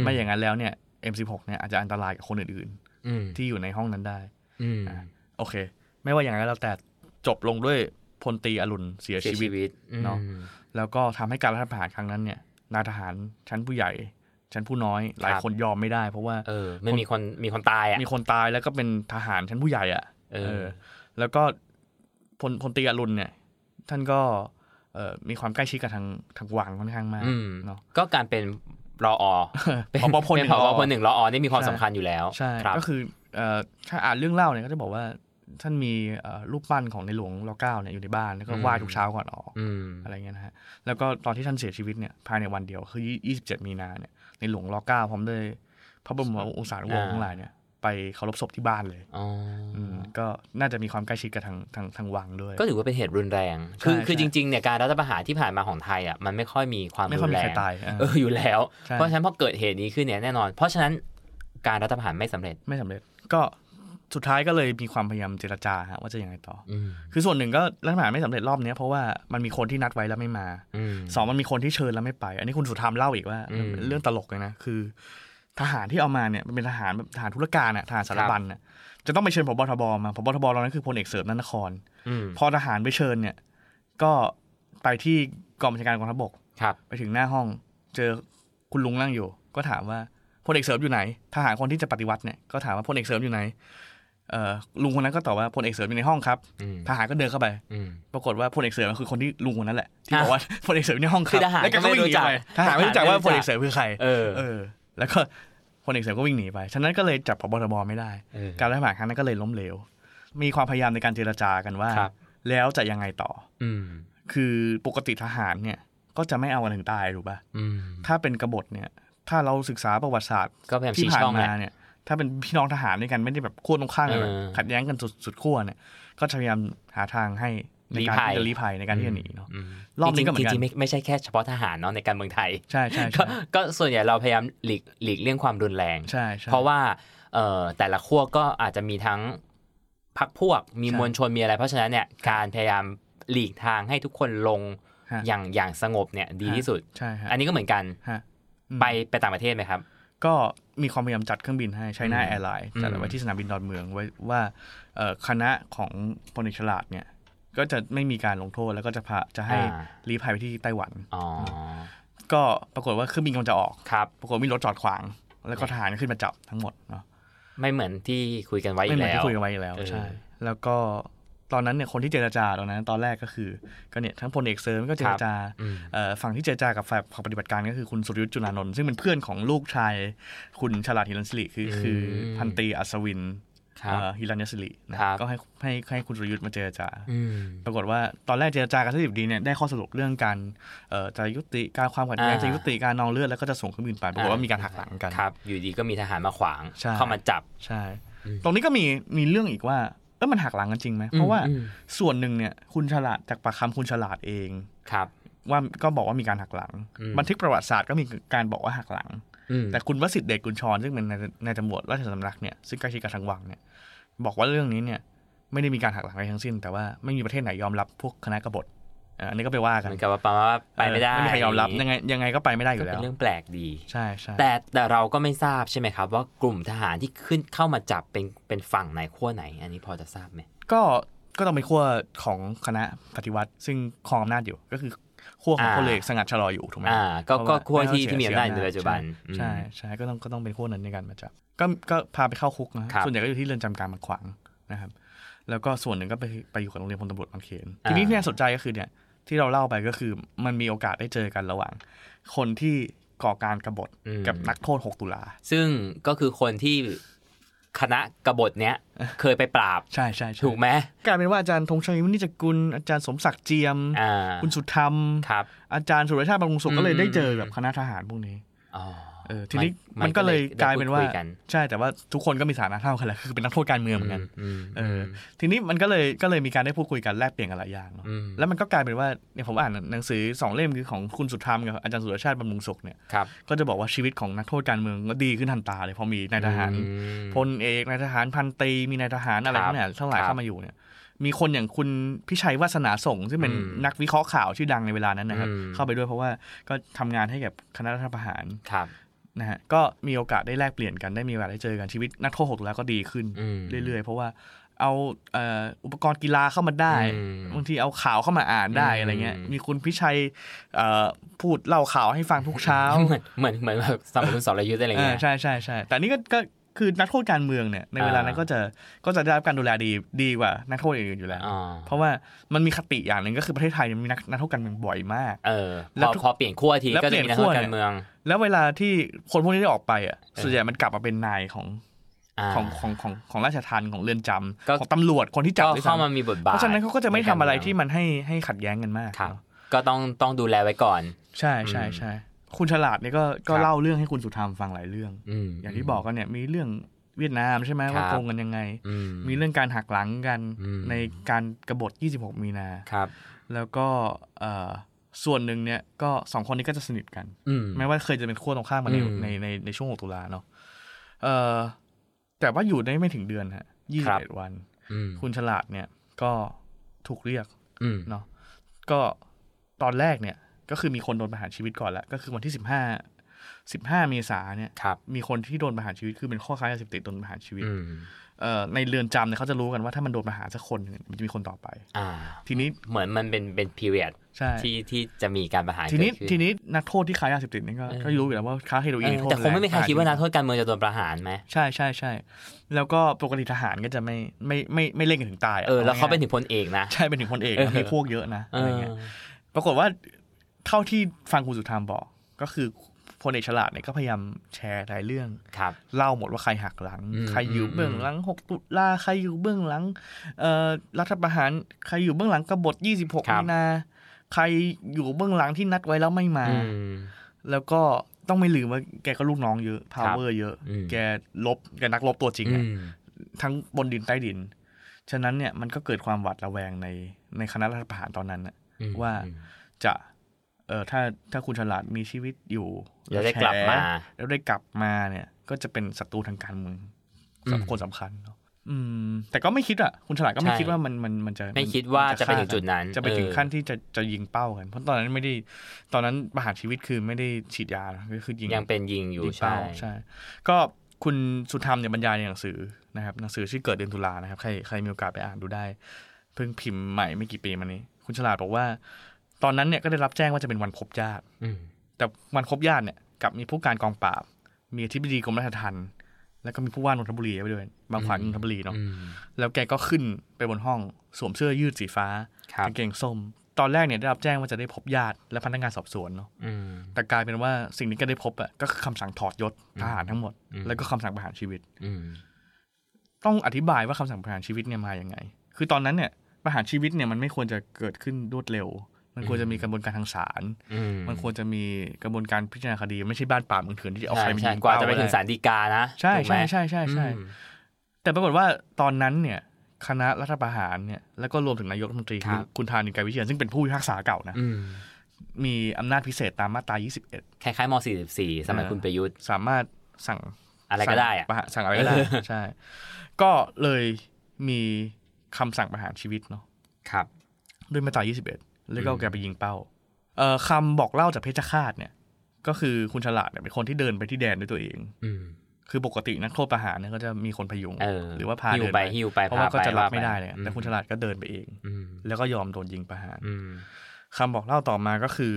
B: ไม่อย่างนั้นแล้วเนี่ย M16 เนี่ยอาจจะอันตรายกับคนอื่น
C: อืม
B: ๆ ที่อยู่ในห้องนั้นได้
C: อืม
B: อ่ะ โอเค ไม่ว่าอย่างไรก็แล้วแต่จบลงด้วยพลตรีอรุณเสีย
C: เสีย
B: ชีวิ
C: ชี
B: ต
C: วิต
B: เนาะ
C: อืม
B: แล้วก็ทำให้การรัฐประหารครั้งนั้นเนี่ยนายทหารชั้นผู้ใหญ่ ชั้นผู้น้อย หลาย
C: ครับ
B: คนยอมไม่ได้ เพราะว่า
C: เออไม่มีคนมีคนตายอ่ะ
B: มีคนตายแล้วก็เป็นทหารชั้นผู้ใหญ่อะ่ะ
C: เออ
B: แล้วก็พลพลตรีอรุณเนี่ย ท่านก็เอ่อมีความใกล้ชิดกับทางทางวังค่อนข้างมาก
C: อืม
B: เนาะ
C: ก็การเป็นรออเป็น
B: ผบพลห
C: เป็
B: นึ่
C: น
B: ง
C: ผบ
B: รอ
C: พลหนึ่งรออนี่มีความ
B: ใช่
C: สำคัญอยู่แล้ว
B: ใช่
C: ครับ
B: ก็คือเอ่อถ้าอ่านเรื่องเล่าเนี่ยก็จะบอกว่าท่านมีเอ่อรูปปั้นของในหลวงรอเก้าเนี่ยอยู่ในบ้านแล้วก็ไหว้ทุกเช้าก่อนออก
C: อืม
B: อะไรเงี้ยนะฮะ แล้วก็ตอนที่ท่านเสียชีวิตเนี่ยภายในวันเดียวคือ 27 มีนาเนี่ยในหลวงรอเก้าพร้อมด้วยพระบรมองศานุวงศ์ทั้งหลายเนี่ยไปเคารพศพที่บ้านเลย
C: อ๋ออ
B: อืมก็น่าจะมีความใกล้ชิดกับทางทางทางวังด้วย
C: ก็ถือว่าเป็นเหตุรุนแรง
B: ใช่
C: คือคือ
B: ใช่
C: จริงๆเนี่ยการรัฐประหารที่ผ่านมาของไทยอ่ะมันไม่ค่อยมีความ
B: ไม่ค่อย
C: รุน
B: มี
C: แร
B: ใครง ตายเออ
C: เออ อยู่แล้ว
B: ใช่
C: เพราะฉะนั้นพอเกิดเหตุนี้ขึ้นเนี่ยแน่นอน เพราะฉะนั้นการรัฐประหารไม่สำเร็จ
B: ไม่สำเร็จก็สุดท้ายก็เลยมีความพยายามเจรจาฮะว่าจะยังไงต่อ
C: อืม
B: คือส่วนหนึ่งก็รัฐประหารไม่สำเร็จรอบเนี้ยเพราะว่ามันมีคนที่นัดไว้แล้วไม่มา
C: อืม
B: สองมันมีคนที่เชิญแล้วไม่ไป อันนี้คุณสุธรรมเล่าอีกว่า
C: อืม
B: เรื่องตลกเลยนะคือ ทหารที่เอามาเนี่ยมันเป็นทหารแบบทหารธุรการอะทหารสารบัญอะจะต้องไปเชิญผบทบมาผบทบตอนนั้นคือพลเอกเสริมนันทนคร
C: อืม
B: พอทหารไปเชิญเนี่ย ก็ไปที่กองบัญชาการกองทัพบก
C: ครับ
B: ไปถึงหน้าห้อง เจอคุณลุงนั่งอยู่ ก็ถามว่าพลเอกเสริมอยู่ไหน ทหารคนที่จะปฏิวัติเนี่ยก็ถามว่าพลเอกเสริมอยู่ไหนเอ่อลุงคนนั้นก็ตอบว่าพลเอกเสริมอยู่ในห้องครับ
C: อืม
B: ทหารก็เดินเข้าไป
C: อืม
B: ปรากฏว่าพลเอกเสริมก็คือคนที่ลุงคนนั้นแหละที่
C: อ่ะ
B: บอกว่า พลเอกเสริมอยู่ในห้องค
C: คื
B: รับ
C: อทหาร
B: แล้ว
C: ก็ไม่
B: วิ่งหนี
C: รู้จัก
B: ไปทหารไม่รู้จัก
C: ทหารไม่
B: ว่า
C: รู้
B: พ
C: จั
B: ล
C: ก
B: เอกเสริมคือใคร
C: เออ
B: เออ แล้วก็พลเอกเสริมก็วิ่งหนีไปฉะนั้นก็เลยจับพบทบไม่ได้
C: เออ
B: การรัฐประหารครั้งนั้นก็เลยล้มเหลว มีความพยายามในการเจรจากันว่า
C: ครับ
B: แล้วจะยังไงต่อ
C: อืม
B: คือปกติทหารเนี่ยก็จะไม่เอากันถึงตายถูกปะ
C: อืม
B: ถ้าเป็นกบฏเนี่ย ถ้าเราศึกษาประวัติศาสตร์
C: ก็พยายาม
B: ที่
C: ชี้
B: ผ่าน
C: ช่องแห
B: มา
C: ละ
B: เนี่ย ถ้าเป็นพี่น้องทหารด้วยกันไม่ได้แบบขั้วตรงข้างกัน
C: เออ
B: ขัดแย้งกันสุดสุดขั้วเนี่ย ก็จะพยายามหาทางให้ ในการที่จะลี้ภัยในการที่จะหนีเนาะ รอบนี้ก็เหมือนกัน
C: จริงๆไม่ไม่ใช่แค่เฉพาะทหารเนาะในการเมืองไทย
B: ใช่ใช่
C: ก็
B: ใช่
C: ก็ส่วนใหญ่เราพยายามหลีกหลีกเลี่ยงความรุนแรง
B: ใช่ใช่
C: เพราะว่าเอ่อแต่ละขั้วก็อาจจะมีทั้งพักพวก มี
B: ใช่
C: มวลชนมีอะไร เพราะฉะนั้นเนี่ยการพยายามหลีกทางให้ทุกคนลง
B: ฮะ
C: อย่างอย่างสงบเนี่ยดีที่สุด
B: ใช่ฮะ
C: อันนี้ก็เหมือนกัน
B: ฮะอืม
C: ไปไปต่างประเทศไหมครับ
B: ก็มีความพยายามจัดเครื่องบินให้ใช้หน้า
C: อืม
B: แอร์ไลน์จัดเอาไว้
C: อืม
B: ที่สนามบินดอนเมืองไว้ว่าเอ่อคณะของพลเอกฉลาดเนี่ย ก็จะไม่มีการลงโทษแล้วก็จะพาจะให้
C: อ่า
B: ลี้ภัยไปที่ไต้หวัน
C: อ๋อ
B: ก็ปรากฏว่าเครื่องบินกำลังจะออก
C: ครับ
B: ปรากฏมีรถจอดขวาง แล้วก็ทหารก็ขึ้นมาจับทั้งหมดเนาะ
C: ไม่เหมือนที่คุยกันไว้
B: ไม่
C: อี
B: เห
C: ก
B: มือน
C: แล้ว
B: ที่คุยกันไว้อยู่แล้ว
C: เออ
B: ใช่ แล้วก็ตอนนั้นเนี่ยคนที่เจรจาตอนนั้น ตอนแรกก็คือก็เนี่ยทั้งพลเอกเสริมก็เจรจา
C: อืม
B: เอ่อฝั่งที่เจรจากับฝ่ายของปฏิบัติการก็คือคุณสุรยุทธ์จุลานนท์ซึ่งเป็นเพื่อนของลูกชาย คุณฉลาดฮิรัญสิริคือ
C: อืม
B: คือพันตรีอัศวิน
C: ครับ
B: เอ่อฮิรัญสิรินะครับ ก็ให้ให้ให้คุณสุรยุทธ์มาเจรจา
C: อืม
B: ปรากฏว่าตอนแรกเจรจากันที่ดิบดีเนี่ยได้ข้อสรุปเรื่องการเอ่อจะยุติการความขัดแย้ง
C: อ่า
B: จะยุติการนองเลือดแล้วก็จะส่งเครื่องบินไปปรากฏว่ามีการหักหลังกัน
C: ครับ อยู่ดีก็มีทหารมาขวาง
B: ใช่
C: เข้ามาจับ
B: ใช่
C: อืม
B: ตรงนี้ก็มีมีเรื่องอีกว่าเออมันหักหลังกันจริงไหมเพราะว่า
C: อืม
B: ส่วนหนึ่งเนี่ยคุณฉลาดจากปากคำคุณฉลาดเอง
C: ครับ
B: ว่าก็บอกว่ามีการหักหลัง
C: อืม
B: บันทึกประวัติศาสตร์ก็มีการบอกว่าหักหลัง
C: อืม
B: แต่คุณวสิทธิเดชกุลชรซึ่งเป็นนายนายตำรวจราชสำนักเนี่ยซึ่งใกล้ชิดกับทางวังเนี่ยบอกว่าเรื่องนี้เนี่ยไม่ได้มีการหักหลังอะไรทั้งสิ้น แต่ว่าไม่มีประเทศไหนยอมรับพวกคณะกบฏเอ่ออันนี้ก็ไปว่ากั
C: เห
B: น
C: มือนกับว่าประมาณว่าไปไม่ได้
B: เออไม่มีใครยอมรับยังไงยังไงก็ไปไม่ได้อ
C: ก็
B: ยู่
C: เป็
B: แล้
C: น
B: ว
C: เรื่องแปลกดี
B: ใช่ใช่
C: แต่แต่เราก็ไม่ทราบใช่ไหมครับ ว่ากลุ่มทหารที่ขึ้นเข้ามาจับเป็นเป็นฝั่งไหนขั้วไหน อันนี้พอจะทราบไหม
B: ก็ก็ต้องไปขั้วของคณะปฏิวัติ ซึ่งครองอำนาจอยู่ก็คือขั้วของ
C: อ่า
B: พลเอกสงัดชะลออยู่ถูกไหม
C: อ่า ก็
B: เพราะ
C: ก็
B: ว่า
C: ขั้วที่
B: ไม่ต้อง
C: ที่มีอำนาจอยู่ใน
B: เสีย
C: ปัจจุบัน
B: ใช่ใช่ก็ต้องก็ต้องเป็นพวกนั้นในการมาจับก็ก็พาไปเข้าคุกนะฮะ
C: ครับ
B: ส่วนใหญ่ก็อยู่ที่เรือนจำกลางบางขวางนะครับ แล้วก็ส่วนหนึ่งก็ไปไปอยู่กับโรงเรียนพลตำรวจบางเขน
C: อ่า
B: ทีนี้ที่น่าสนใจก็คือเนี่ยที่เราเล่าไปก็คือมันมีโอกาสได้เจอกันระหว่าง คนที่ก่อการกบฏ
C: อืม
B: กับนักโทษ 6 ตุลา
C: ซึ่งก็คือคนที่คณะกบฏเนี้ยเคยไปป ราบ
B: ใช่ใช่ใช่
C: ถูกไหม
B: กลายเป็นว่าอาจารย์ธงชัยวินิจฉัยกุลอาจารย์สมศักดิ์เจียม
C: อ่า
B: คุณสุธรรม
C: ครับ
B: อาจารย์สุรชาติบำรุงสุขก็เลย
C: อืม
B: ได้เจอกับคณะทหารพวกนี้
C: อ๋อ
B: เออทีนี้มันก็เลย
C: ได้
B: กลายเป็นว่า
C: พูดคุกัน
B: ใช่แต่ว่าทุกคนก็มีฐานะเท่ากันแหละคือเป็นนักโทษการเมืองเหมือนกัน
C: ม
B: เออ ทีนี้มันก็เลยก็เลยมีการได้พูดคุยกันแลกเปลี่ยนกันหลายอย่างเนาะ
C: ม
B: แล้วมันก็กลายเป็นว่าเนี่ยผมอ่านหนังสือสองเล่มคือของคุณสุธรรมกับอาจารย์สุรชาติบำรุงสุขเนี่ย
C: ครับ
B: ก็จะบอกว่าชีวิตของนักโทษการเมืองก็ดีขึ้นทันตาเลยพอมีนายทหาร
C: อืม
B: พลเอกนายทหารพันตรีมีนายทหารอะไร
C: ครับ
B: ทั้งหลายทั้งหลาย
C: ครับ
B: เข้ามาอยู่เนี่ยมีคนอย่างคุณพิชัยวาสนาส่งซึ่งเป็น
C: อืม
B: นักวิเคราะห์ข่าวชื่อดังในเวลานั้นนะครับ
C: อืม
B: เข้าไปด้วยเพราะว่าก็ทำงานให้กับคณะรัฐประหาร
C: ครับ
B: นะฮะก็มีโอกาสได้แลกเปลี่ยนกันได้มีโอกาสได้เจอกันชีวิตนักโทษหกแล้วก็ดีขึ้น
C: อืม
B: เรื่อยๆ เพราะว่าเอาเอ่ออุปกรณ์กีฬาเข้ามาได้
C: อืม
B: บางทีเอาข่าวเข้ามาอ่านได้
C: อืม
B: อะไรเงี้ย มีคุณพิชัยเอ่อพูดเล่าข่าวให้ฟังทุกเช้า
C: เหมือนเหมือนเหมือนแบบสมัยคุณสรยุทธ์อะไร
B: เออ
C: เงี้ย
B: ใช่ใช่ใช่แต่นี่ก็ก็คือนักโทษการเมืองเนี่ยในเวลานั้น
C: อ่า
B: ก็จะก็จะได้รับการดูแลดีดีกว่านักโทษอื่นๆอยู่แล้ว
C: อ๋อ
B: เพราะว่ามันมีคติอย่างหนึ่งก็คือประเทศไทยเนี่ยมีนักนักโทษการเมืองบ่อยมาก
C: เออ
B: แล้
C: พ
B: ว
C: อ
B: ทุก
C: พอเปลี่ยนขั้วที
B: แล้ว
C: ก็
B: เปลี่ยน
C: จะมีนัก
B: ขั้
C: โท
B: ว
C: ษ
B: เนี่ย
C: การเมือง
B: แล้วเวลาที่คนพวกนี้ได้ออกไปอ่ะ
C: ออ
B: ส่วนใหญ่มันกลับมาเป็นนายของ
C: อ่า
B: ของของของของราชทัณฑ์ของเรือนจำ
C: ก็
B: ของตำรวจคนที่จับ
C: ก็
B: ด้วย
C: เข้ามา
B: ซ้ำ
C: มีบทบาท
B: เพราะฉะนั้นเขาก็จะไม่ทำอะไรที่
C: ในกา
B: มันให้ให้ขัดแย้งกันมาก
C: เมืองครับ
B: เนอะ
C: ก็ต้องต้องดูแลไว้ก่อน
B: ใช่ใช่
C: อืม
B: ใช่คุณฉลาดเนี่ยก็ก็
C: ครับ
B: เล่าเรื่องให้คุณสุธรรมฟังหลายเรื่อง อย่างที่บอกกันเนี่ยมีเรื่องเวียดนามใช่ไหม
C: ครับ
B: ว่าโกงกันยังไง
C: อื
B: มีเรื่องการหักหลังกัน
C: อืม
B: ในการกบฏ 26 มีนา
C: ครับ
B: แล้วก็เอ่อส่วนหนึ่งเนี่ยก็สองคนนี้ก็จะสนิทกัน
C: อืม
B: แม้ว่าเคยจะเป็นขั้วตรงข้ามกันใน
C: อืม
B: ในในในช่วง 6 ตุลาเนาะเอ่อแต่ว่าอยู่ได้ไม่ถึงเดือนฮะ
C: ครับ
B: 21 วัน
C: อืม
B: คุณฉลาดเนี่ยก็ถูกเรียก
C: อืม
B: เนาะก็ตอนแรกเนี่ยก็คือมีคนโดนประหารชีวิตก่อนแล้ว ก็คือวันที่สิบห้าสิบห้าเมษาเนี่ย
C: ครับ
B: มีคนที่โดนประหารชีวิตคือเป็นข้อค้ายาเสพติดโดนประหารชีวิต
C: อืม
B: เอ่อในเรือนจำเนี่ยเขาจะรู้กันว่าถ้ามันโดนประหารสักคนหนึ่งมันจะมีคนต่อไป
C: อ่า
B: ทีนี้
C: เหมือนมันเป็นเป็น period
B: ใช่
C: ที่ที่จะมีการประหาร
B: ทีนี้
C: เกิดขึ้
B: ทีนี้นักโทษที่ค้ายาเสพติดเนี่ยก็
C: เออ
B: ก็รู้อยู่แล้วว่าค้าเฮโร
C: เอ
B: อีน
C: อ
B: โทษ
C: แต่คงไม่มีใครคิดว่านัก
B: แง
C: โทษการเมืองจะโดนประหารไหม
B: ใช่ใช่ใช่แล้วก็ปกติทหารก็จะไม่ไม่ไม่ไม่เล่นกันถึงตายะ
C: เออแล้วเขาเป็น
B: ง่ย
C: ถึงพลเอกนะ
B: ๆใช่เป็นถึงคนเอก
C: เออ
B: นะมีพวกเยอะนะ
C: เอ
B: อะไร
C: อ
B: เงี้ย ปรากฏว่าเท่าที่ฟังคุณสุธรรมบอก ก็คือพลเอกฉลาดเนี่ยก็พยายามแชร์หลายเรื่อง
C: ครับ
B: เล่าหมดว่าใครหักหลัง
C: อืม
B: ใครอยู่เบื้องหลัง 6 ตุลาใครอยู่เบื้องหลังเอ่อรัฐประหารใครอยู่เบื้องหลังกบฏ
C: ครั
B: 26
C: บ
B: มีนา ใครอยู่เบื้องหลังที่นัดไว้แล้วไม่มา
C: อืม
B: แล้วก็ต้องไม่ลืมว่าแกก็ลูกน้องเยอะ power เยอะ
C: อืม
B: แกลบแกนักลบตัวจริง
C: อื
B: อะ
C: ม
B: ทั้งบนดินใต้ดิน ฉะนั้นเนี่ยมันก็เกิดความหวาดระแวงใน ในคณะรัฐประหารตอนนั้นน่ะ
C: อืม
B: ว่า
C: อืม
B: จะเออถ้าถ้าคุณฉลาดมีชีวิตอยู่
C: แล้วได้กลับมา
B: แฉแล้วได้กลับมาเนี่ย ก็จะเป็นศัตรูทางการเมือง
C: อืม
B: สำคนสำคัญเนาะอืม แต่ก็ไม่คิดอ่ะ คุณฉลาดก็ไม่คิดว่ามันมันมันจะ
C: ไม่คิดว่าจะไป
B: ฆ่
C: ถึงจุดนั้น
B: จะไปถึง
C: เออ
B: ขั้นที่จะจะยิงเป้ากันเพราะตอนนั้นไม่ได้ตอนนั้นประหารชีวิตคือไม่ได้ฉีดยานะก็คือยิง
C: ยังเป็นยิงอยู่
B: ดิจิทั
C: ใช่
B: ลใช่ ก็คุณสุธรรมเนี่ยบรรยายในหนังสือนะครับหนังสือชื่อเกิดเดือนตุลานะครับใครใครมีโอกาสไปอ่านดูได้ เพิ่งพิมพ์ใหม่ไม่กี่ปีมานี้ คุณฉลาดบอกว่า ตอนนั้นเนี่ยก็ได้รับแจ้งว่าจะเป็นวันพบญาติ
C: อืม
B: แต่วันครบญาติเนี่ยกลับมีผู้การกองปราบ มีอธิบดีกรมราชทัณฑ์แล้วก็มีผู้ว่านนทบุรีไปด้วยบางขวางนนทบุรีเนาะ
C: อืม
B: แล้วแกก็ขึ้นไปบนห้องสวมเสื้อยืดสีฟ้า
C: ครับ
B: กางเกงส้ม ตอนแรกเนี่ยได้รับแจ้งว่าจะได้พบญาติและพนักงานสอบสวนเนาะ
C: อืม
B: แต่กลายเป็นว่าสิ่งที่แกได้พบอ่ะก็คือคำสั่งถอดยศทหารทั้งหมด
C: อืม
B: แล้วก็คำสั่งประหารชีวิต
C: อืม
B: ต้องอธิบายว่าคำสั่งประหารชีวิตเนี่ยมาอย่างไง คือตอนนั้นเนี่ยประหารชีวิตเนี่ยมันไม่ควรจะเกิดขึ้นรวดเร็ว มันควรจะมีกระบวนการทางศาล
C: อืม
B: มันควรจะมีกระบวนการพิจารณาคดี ไม่ใช่บ้านป่าเมืองเถื่อนที่จะเอาใครไป
C: ใช่
B: ยิง
C: กว่า
B: เป้า
C: จะไปถึง
B: อร
C: สารดีกานะ
B: ใช่
C: ถูกไหม
B: ใช่ใช่ใช่ใช่
C: อืม
B: แต่ปรากฏว่าตอนนั้นเนี่ยคณะรัฐประหารเนี่ยแล้วก็รวมถึงนายกรัฐมนตรี
C: ครับ
B: คุณธานินไกรวิเชียนซึ่งเป็นผู้พิพากษาเก่านะ
C: อืม
B: มีอำนาจพิเศษตามมาตรา
C: คล้ายๆม .44 สมัย
B: อ่า
C: คุณประยุทธ์
B: 21 สามารถสั่ง
C: อะไรก็ได้อะ
B: สั่งประหารสั่งอะไรก็ได้
C: เออ
B: ใช่ ก็เลยมีคำสั่งประหารชีวิตเนาะ
C: ครับ
B: ด้วยมาตรา21 แล้วก็เอาแกไปยิงเป้าเอ่อคำบอกเล่าจากเพชฌฆาตเนี่ย ก็คือคุณฉลาดเนี่ยเป็นคนที่เดินไปที่แดนด้วยตัวเอง
C: อืม
B: คือปกตินักโทษประหารเนี่ยก็จะมีคนพยุง
C: เออ
B: หรือว่าพา
C: หิ้ว
B: เดิน
C: ไปหิ้วไป
B: เพราะว่า
C: พาไป
B: ก็จะรับไม่
C: ว่าไป
B: ได้เลย
C: อืม
B: แต่คุณฉลาดก็เดินไปเอง
C: อืม
B: แล้วก็ยอมโดนยิงประหาร
C: อืม
B: คำบอกเล่าต่อมาก็คือ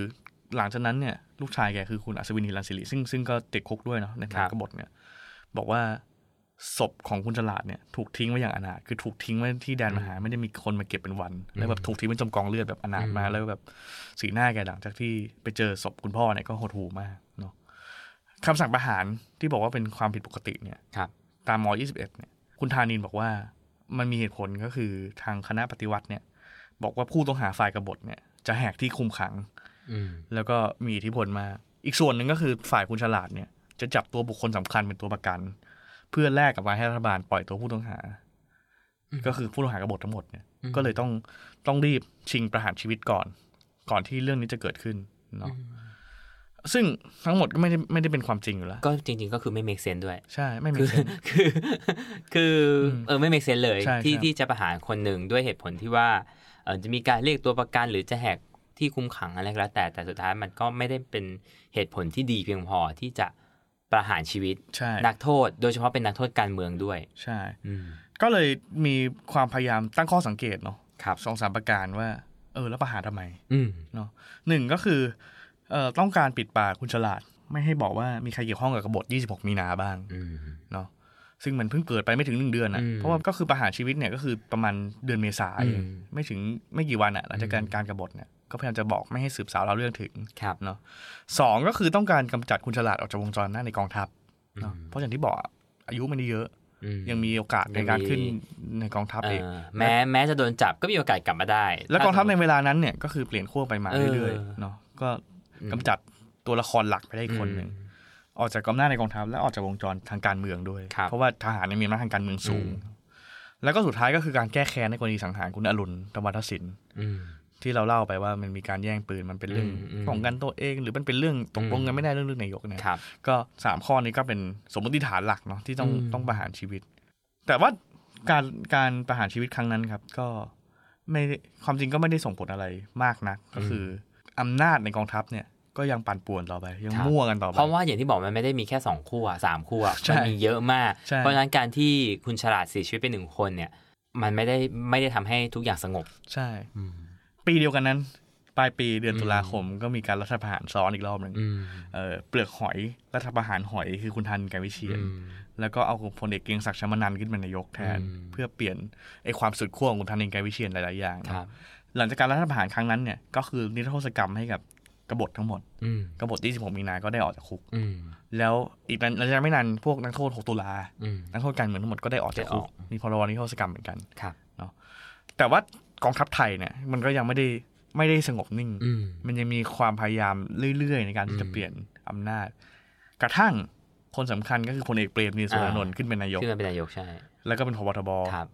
B: หลังจากนั้นเนี่ย ลูกชายแกคือคุณอัศวินฮิรันศิริซึ่งซึ่งก็ติดคุกด้วยเนาะในทางกบฏเนี่ย บอกว่าศพของคุณฉลาดเนี่ยถูกทิ้งไว้อย่างอนาถคือถูกทิ้งไว้ที่แดนมหาไม่ได้มีคนมาเก็บเป็นวัน แล้วแบบถูกทิ้งไว้จมกองเลือดแบบอนาถมากแล้วแบบสีหน้าแกหลังจากที่ไปเจอศพคุณพ่อเนี่ยก็หดหูมากเนาะคำสั่งประหารที่บอกว่าเป็นความผิดปกติเนี่ย
C: ครับ
B: ตามม .21 เนี่ยคุณธานินบอกว่ามันมีเหตุผลก็คือทางคณะปฏิวัติเนี่ย บอกว่าผู้ต้องหาฝ่ายกบฏเนี่ย จะแหกที่คุมขัง
C: อืม
B: แล้วก็มีอิทธิพลมากอีกส่วนหนึ่งก็คือฝ่ายคุณฉลาดเนี่ย จะจับตัวบุคคลสำคัญเป็นตัวประกัน เพื่อแลกกับการให้รัฐบาลปล่อยตัวผู้ต้องหา ก็คือผู้ต้องหากบฏทั้งหมดเนี่ย ก็เลยต้องต้องรีบชิงประหารชีวิตก่อน ก่อนที่เรื่องนี้จะเกิดขึ้นเนาะซึ่งทั้งหมดก็ไม่ได้ไม่ได้เป็นความจริงอยู่แล้ว
C: ก็จริง ๆ ก็คือไม่ make sense ด้วย
B: ใช่ไม่มี
C: คือ
B: เซนส์
C: คือคืออ
B: ม
C: เออไม่ make sense เลย
B: ใช่
C: ที่
B: ใช่
C: ที่จะประหารคนหนึ่งด้วยเหตุผลที่ว่าเออจะมีการเรียกตัวประกันหรือจะแหกที่คุมขังอะไรก็แล้วแต่แต่สุดท้ายมันก็ไม่ได้เป็นเหตุผลที่ดีเพียงพอที่จะประหารชีวิต
B: ใช่
C: นักโทษโดยเฉพาะเป็นนักโทษการเมืองด้วย
B: ใช่
C: อืม
B: ก็เลยมีความพยายามตั้งข้อสังเกตเนาะ
C: ครับ
B: สองสามประการว่า เออแล้วประหารทำไม
C: อืม
B: เนาะหนึ่งก็คือเอ่อต้องการปิดปากคุณฉลาด ไม่ให้บอกว่ามีใครเกี่ยวข้องกับกบฏ 26 มีนาบ้าง
C: อืม
B: เนาะซึ่งมันเพิ่งเกิดไปไม่ถึงหนึ่งเดือน
C: อื
B: อะ
C: ม
B: เพราะว่าก็คือประหารชีวิตเนี่ยก็คือประมาณเดือนเมษา
C: อืม
B: เองไม่ถึงไม่กี่วันอะหลังจากการการกบฏเนี่ยก็พยายามจะบอกไม่ให้สืบสาวเราวเรื่องถึง
C: ครับ
B: เนาะสองก็คือต้องการกำจัดคุณฉลาดออกจากวงจรหน้าจในกองทัพเนาะเพราะอย่างที่บอกอะอายุไม่ได้เยอะ
C: อืม
B: ยังมีโอกาสในการขึ้นในกองทัพ
C: เอ
B: อีก
C: อแม้แม้จะโดนจับก็มีโอกาสกลับมาได้
B: แล้วกองทัพใน
C: ถ้าสมมุติ
B: เวลานั้นเนี่ยก็คือเปลี่ยนขั้วไปมา
C: เออ
B: เรื่อยๆเนาะก็
C: อืม
B: กำจัดตัวละครหลักไปได้อีกคนหนึ่ง
C: อืม
B: ออกจากกำนาจในกองทัพและออกจากวงจรทางการเมืองด้วย
C: ครับ
B: เพราะว่าทหารเนี่ยมีอำนาจทางการเมืองสูง
C: อืม
B: แล้วก็สุดท้ายก็คือการแก้แค้นในกรณีสังหารคุณอรุณตวัฒสิน
C: อืม
B: ที่เราเล่าไปว่ามันมีการแย่งปืนมันเป็นเรื่อง
C: อืมอืม
B: ป้องกันตัวเอง หรือมันเป็นเรื่องตกลงกันไม่ได้เรื่องเรื่องนายกเนี่ย
C: ครับ
B: ก็สามข้อนี้ก็เป็นสมมติฐานหลักเนาะที่ต้อง
C: อืม
B: ต้องประหารชีวิต แต่ว่าการการประหารชีวิตครั้งนั้นครับ ก็ไม่ได้ความจริงก็ไม่ได้ส่งผลอะไรมากนัก ก็คืออำนาจในกองทัพเนี่ย ก็ยังปั่นป่วนต่อไป ยังมั่วกันต่อไป
C: เพราะว่าอย่างที่บอกมันไม่ได้มีแค่สองคู่อะสามคู่อะ
B: ใช่
C: มันมีเยอะมาก
B: ใช่
C: เพราะฉะนั้นการที่คุณฉลาดเสียชีวิตไปหนึ่งคนเนี่ย มันไม่ได้ไม่ได้ทำให้ทุกอย่างสงบ
B: ใช่ ปีเดียวกันนั้น ปลายปีเดือนตุลาคม ก็มีการรัฐประหารซ้อนอีกรอบหนึ่ง
C: อืม
B: เอ่อเปลือกหอยรัฐประหารหอยคือคุณทันไกรวิเชียน
C: อืม
B: แล้วก็เอาพลเอกเกรียงศักดิ์ชมานันท์ขึ้นเป็นนายกแทน
C: อืม
B: เพื่อเปลี่ยนไอ้ความสุดขั้วของคุณทันไกรวิเชียนหลายๆอย่าง
C: ค
B: เนาะ
C: รับ
B: หลังจากการรัฐประหารครั้งนั้นเนี่ยก็คือนิรโทษกรรมให้กับกบฏทั้งหมด
C: อืม
B: กบฏ26มีนาก็ได้ออกจากคุก
C: อืม
B: แล้วอีกนั้นหลังจากไม่นานพวกนักโทษ 6 ตุลา
C: อืม
B: นักโทษการเมืองทั้งหมดก็ได้ออกจากคุก
C: ได้ออก
B: มีพรบนิรโทษกรรมเหมือนกัน
C: ครับ
B: แต่ว่ากองทัพไทยเนี่ยมันก็ยังไม่ได้ไม่ได้สงบนิ่ง
C: อืม
B: มันยังมีความพยายามเรื่อยๆ ในการที่จะ
C: อืม
B: เปลี่ยนอำนาจ กระทั่งคนสำคัญก็คือพลเอกเปรมตินสุรานนท์
C: อ่า
B: ขึ้นเป็นนายก
C: ขึ้นมาเป็นนายกใช่
B: แล้วก็เป็นพบทบ
C: ครับ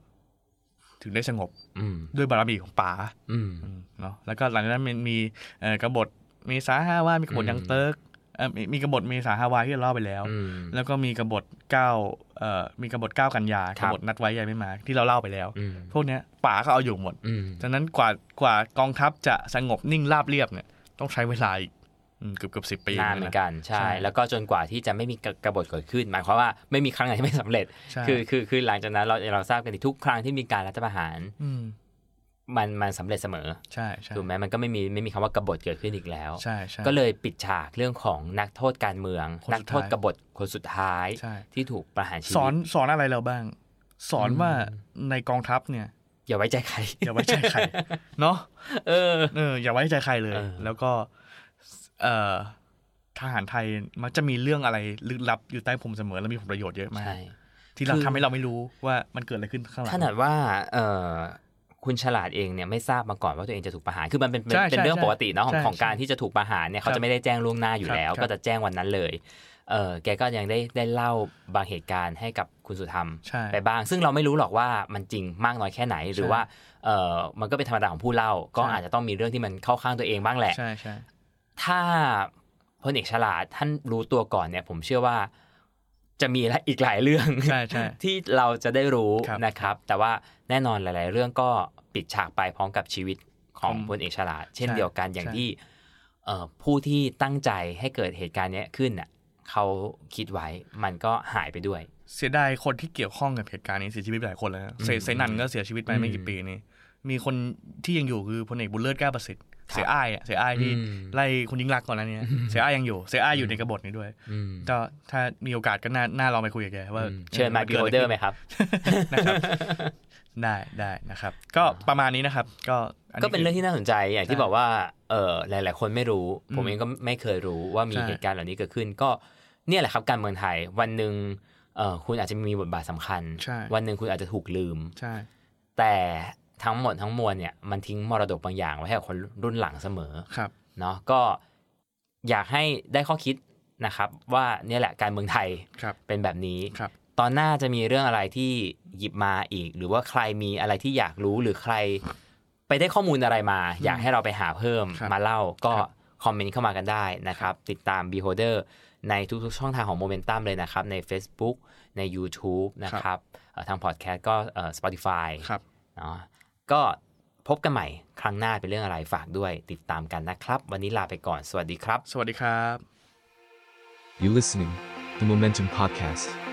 B: ถึงได้สงบ
C: อืม
B: ด้วยบารมีของป๋า
C: อืม
B: อืมเนาะแล้วก็หลังจากนั้นมันมีเอ่อกบฏเมษาฮาวายมีกบฏ
C: อืม
B: ยังเติร์กเอ่อมีมีกบฏเมษาฮาวายที่เราเล่าไปแล้ว
C: อืม
B: แล้วก็มีกบฏเก้าเอ่อมีกบฏเก้ากันยาก
C: ครับ
B: บฏนัดไว้ยายไม่มาที่เราเล่าไปแล้ว
C: อืม
B: พวกเนี้ยป๋าก็เอาอยู่หมด
C: อืม
B: ฉะนั้นกว่ากว่ากองทัพจะสงบนิ่งราบเรียบเนี่ยต้องใช้เวลาอีกอืมเกือบเกือบสิบปี
C: นานเหมือน
B: นะ
C: กันใช่
B: ใช่
C: แล้วก็จนกว่าที่จะไม่มีกบฏเกิดขึ้น หมายความว่าไม่มีครั้งไหนที่ไม่สำเร็จ
B: ใช่
C: คือคือคือหลังจากนั้นเราเราทราบกันดีทุกครั้งที่มีการรัฐประหาร
B: ม
C: มันมันสำเร็จเสมอ
B: ใช่ใช่
C: ถูกไหมมันก็ไม่มีไม่มีคำว่ากบฏเกิดขึ้นอีกแล้ว
B: ใช่ใช่
C: ก็เลยปิดฉากเรื่องของนักโทษการเมือง
B: คนสุดท้าย
C: นักโทษกบฏคนสุดท้าย
B: ใช่
C: ที่ถูกประหารชี
B: สอน
C: วิต
B: สอนอะไรเราบ้าง สอน
C: อืม
B: ว่าในกองทัพเนี่ย
C: อย่าไว้ใจใคร
B: อย่าไว้ใจใคร เนาะ
C: เออ
B: เอออย่าไว้ใจใครเลย
C: เออ
B: แล้วก็เอ่อทหารไทยมักจะมีเรื่องอะไรลึกลับอยู่ใต้พรมเสมอและมีผลประโยชน์เยอะมาก
C: ใช่
B: ที่เรา
C: คือ
B: ทำให้เราไม่รู้ว่ามันเกิดอะไรขึ้นข้างหลัง
C: ขนาดว่าเออคุณฉลาดเองเนี่ยไม่ทราบมาก่อนว่าตัวเองจะถูกประหาร คือมันเป็นเป็น
B: ใช่
C: เป็นเรื่อง
B: ใช่
C: ปกติเนาะของ
B: ใช่
C: ของการ
B: ใช่
C: ที่จะถูกประหารเนี่ยเขา
B: ครั
C: จะ
B: บ
C: ไม่ได้แจ้งล่วงหน้าอยู่แล้ว
B: ครับ
C: ก็จะแจ้งวันนั้นเลยเออแกก็ยังได้ได้เล่าบางเหตุการณ์ให้กับคุณสุธรรม
B: ใช่
C: ไปบ้าง ซึ่งเราไม่รู้หรอกว่ามันจริงมากน้อยแค่ไหน หรือว่าเออมันก็เป็นธรรมดาของผู้เล่า ก็อาจจะต้องมีเรื่องที่มันเข้าข้างตัวเองบ้างแหละ
B: ใช่ใช่
C: ถ้าพลเอกฉลาดท่านรู้ตัวก่อนเนี่ย ผมเชื่อว่าจะมีอีกหลายเรื่อง
B: ใช่ใช่
C: ที่เราจะได้รู้
B: ครับ
C: นะครับ แต่ว่าแน่นอนหลาย ๆ เรื่องก็ปิดฉากไปพร้อมกับชีวิตของ
B: ผม
C: พลเอกฉลาด เช่นเดียวกันอย่างที่เอ่อผู้ที่ตั้งใจให้เกิดเหตุการณ์เนี้ยขึ้นน่ะเขาคิดไว้มันก็หายไปด้วย
B: เสียดายคนที่เกี่ยวข้องกับเหตุการณ์นี้เสียชีวิตไปหลายคนแล้วนะเส
C: อืม
B: เสนันก็เสียชีวิตไปไม่กี่ปีนี้ มีคนที่ยังอยู่คือพลเอกบุญเลิศกล้าประสิทธิ์
C: ครับ
B: เสียอ้ายอะเสียอ้ายที่
C: อืม
B: ไล่คุณยิ่งรักษณ์ก่อนหนั้นเนี้ยเสียอ้ายยังอยู่ เสียอ้ายอยู่ในกบฏนี้ด้วย
C: อืม
B: ก็ถ้ามีโอกาสก็น่าน่าลองไปคุยกับแกว่า
C: เชิญมาบิ
B: กิ
C: โอ
B: อะ
C: เดอ
B: ขึ้
C: ร์
B: น
C: ไหมครับ
B: นะครับ ได้ได้นะครับ ก็ประมาณนี้นะครับ ก็อั
C: ก็เป็นเรื่องที่น่าสนใจอย่างที่
B: ใช่
C: บอกว่าเออหลาย ๆ คนไม่รู้
B: อืม
C: ผมเองก็ไม่เคยรู้ว่ามี
B: ใช่
C: เหตุการณ์เหล่านี้เกิดขึ้น ก็เนี่ยแหละครับการเมืองไทยวันหนึ่งเออคุณอาจจะมีบทบาทสำคัญ
B: ใช่
C: วันหนึ่งคุณอาจจะถูกลืม
B: ใช่
C: แต่ทั้งหมดทั้งมวลเนี่ยมันทิ้งมรดกบางอย่างไว้ให้กับคนรุ่นหลังเสมอ
B: ครับ
C: เนาะก็อยากให้ได้ข้อคิดนะครับ ว่าเนี่ยแหละการเมืองไทย
B: ครับ
C: เป็นแบบนี้
B: ครับ
C: ตอนหน้าจะมีเรื่องอะไรที่หยิบมาอีก หรือว่าใครมีอะไรที่อยากรู้หรือใคร ไปได้ข้อมูลอะไรมา อยากให้เราไปหาเพิ่ม
B: ครับ
C: มาเล่าก็
B: ครับ
C: คอมเมนต์เข้ามากันได้นะครับ ติดตาม Beholder ในทุกๆช่องทางของ Momentum เลยนะครับ ใน Facebook ใน YouTube นะค
B: ครั
C: รับบ เอ่อทางพอดแคสต์ก็เอ่อ Spotify
B: ครับ
C: เนาะก็พบกันใหม่ครั้งหน้าเป็นเรื่องอะไรฝากด้วย ติดตามกันนะครับ วันนี้ลาไปก่อนสวัสดีครับ
B: สวัสดีครับ
A: You listening, the Momentum Podcast.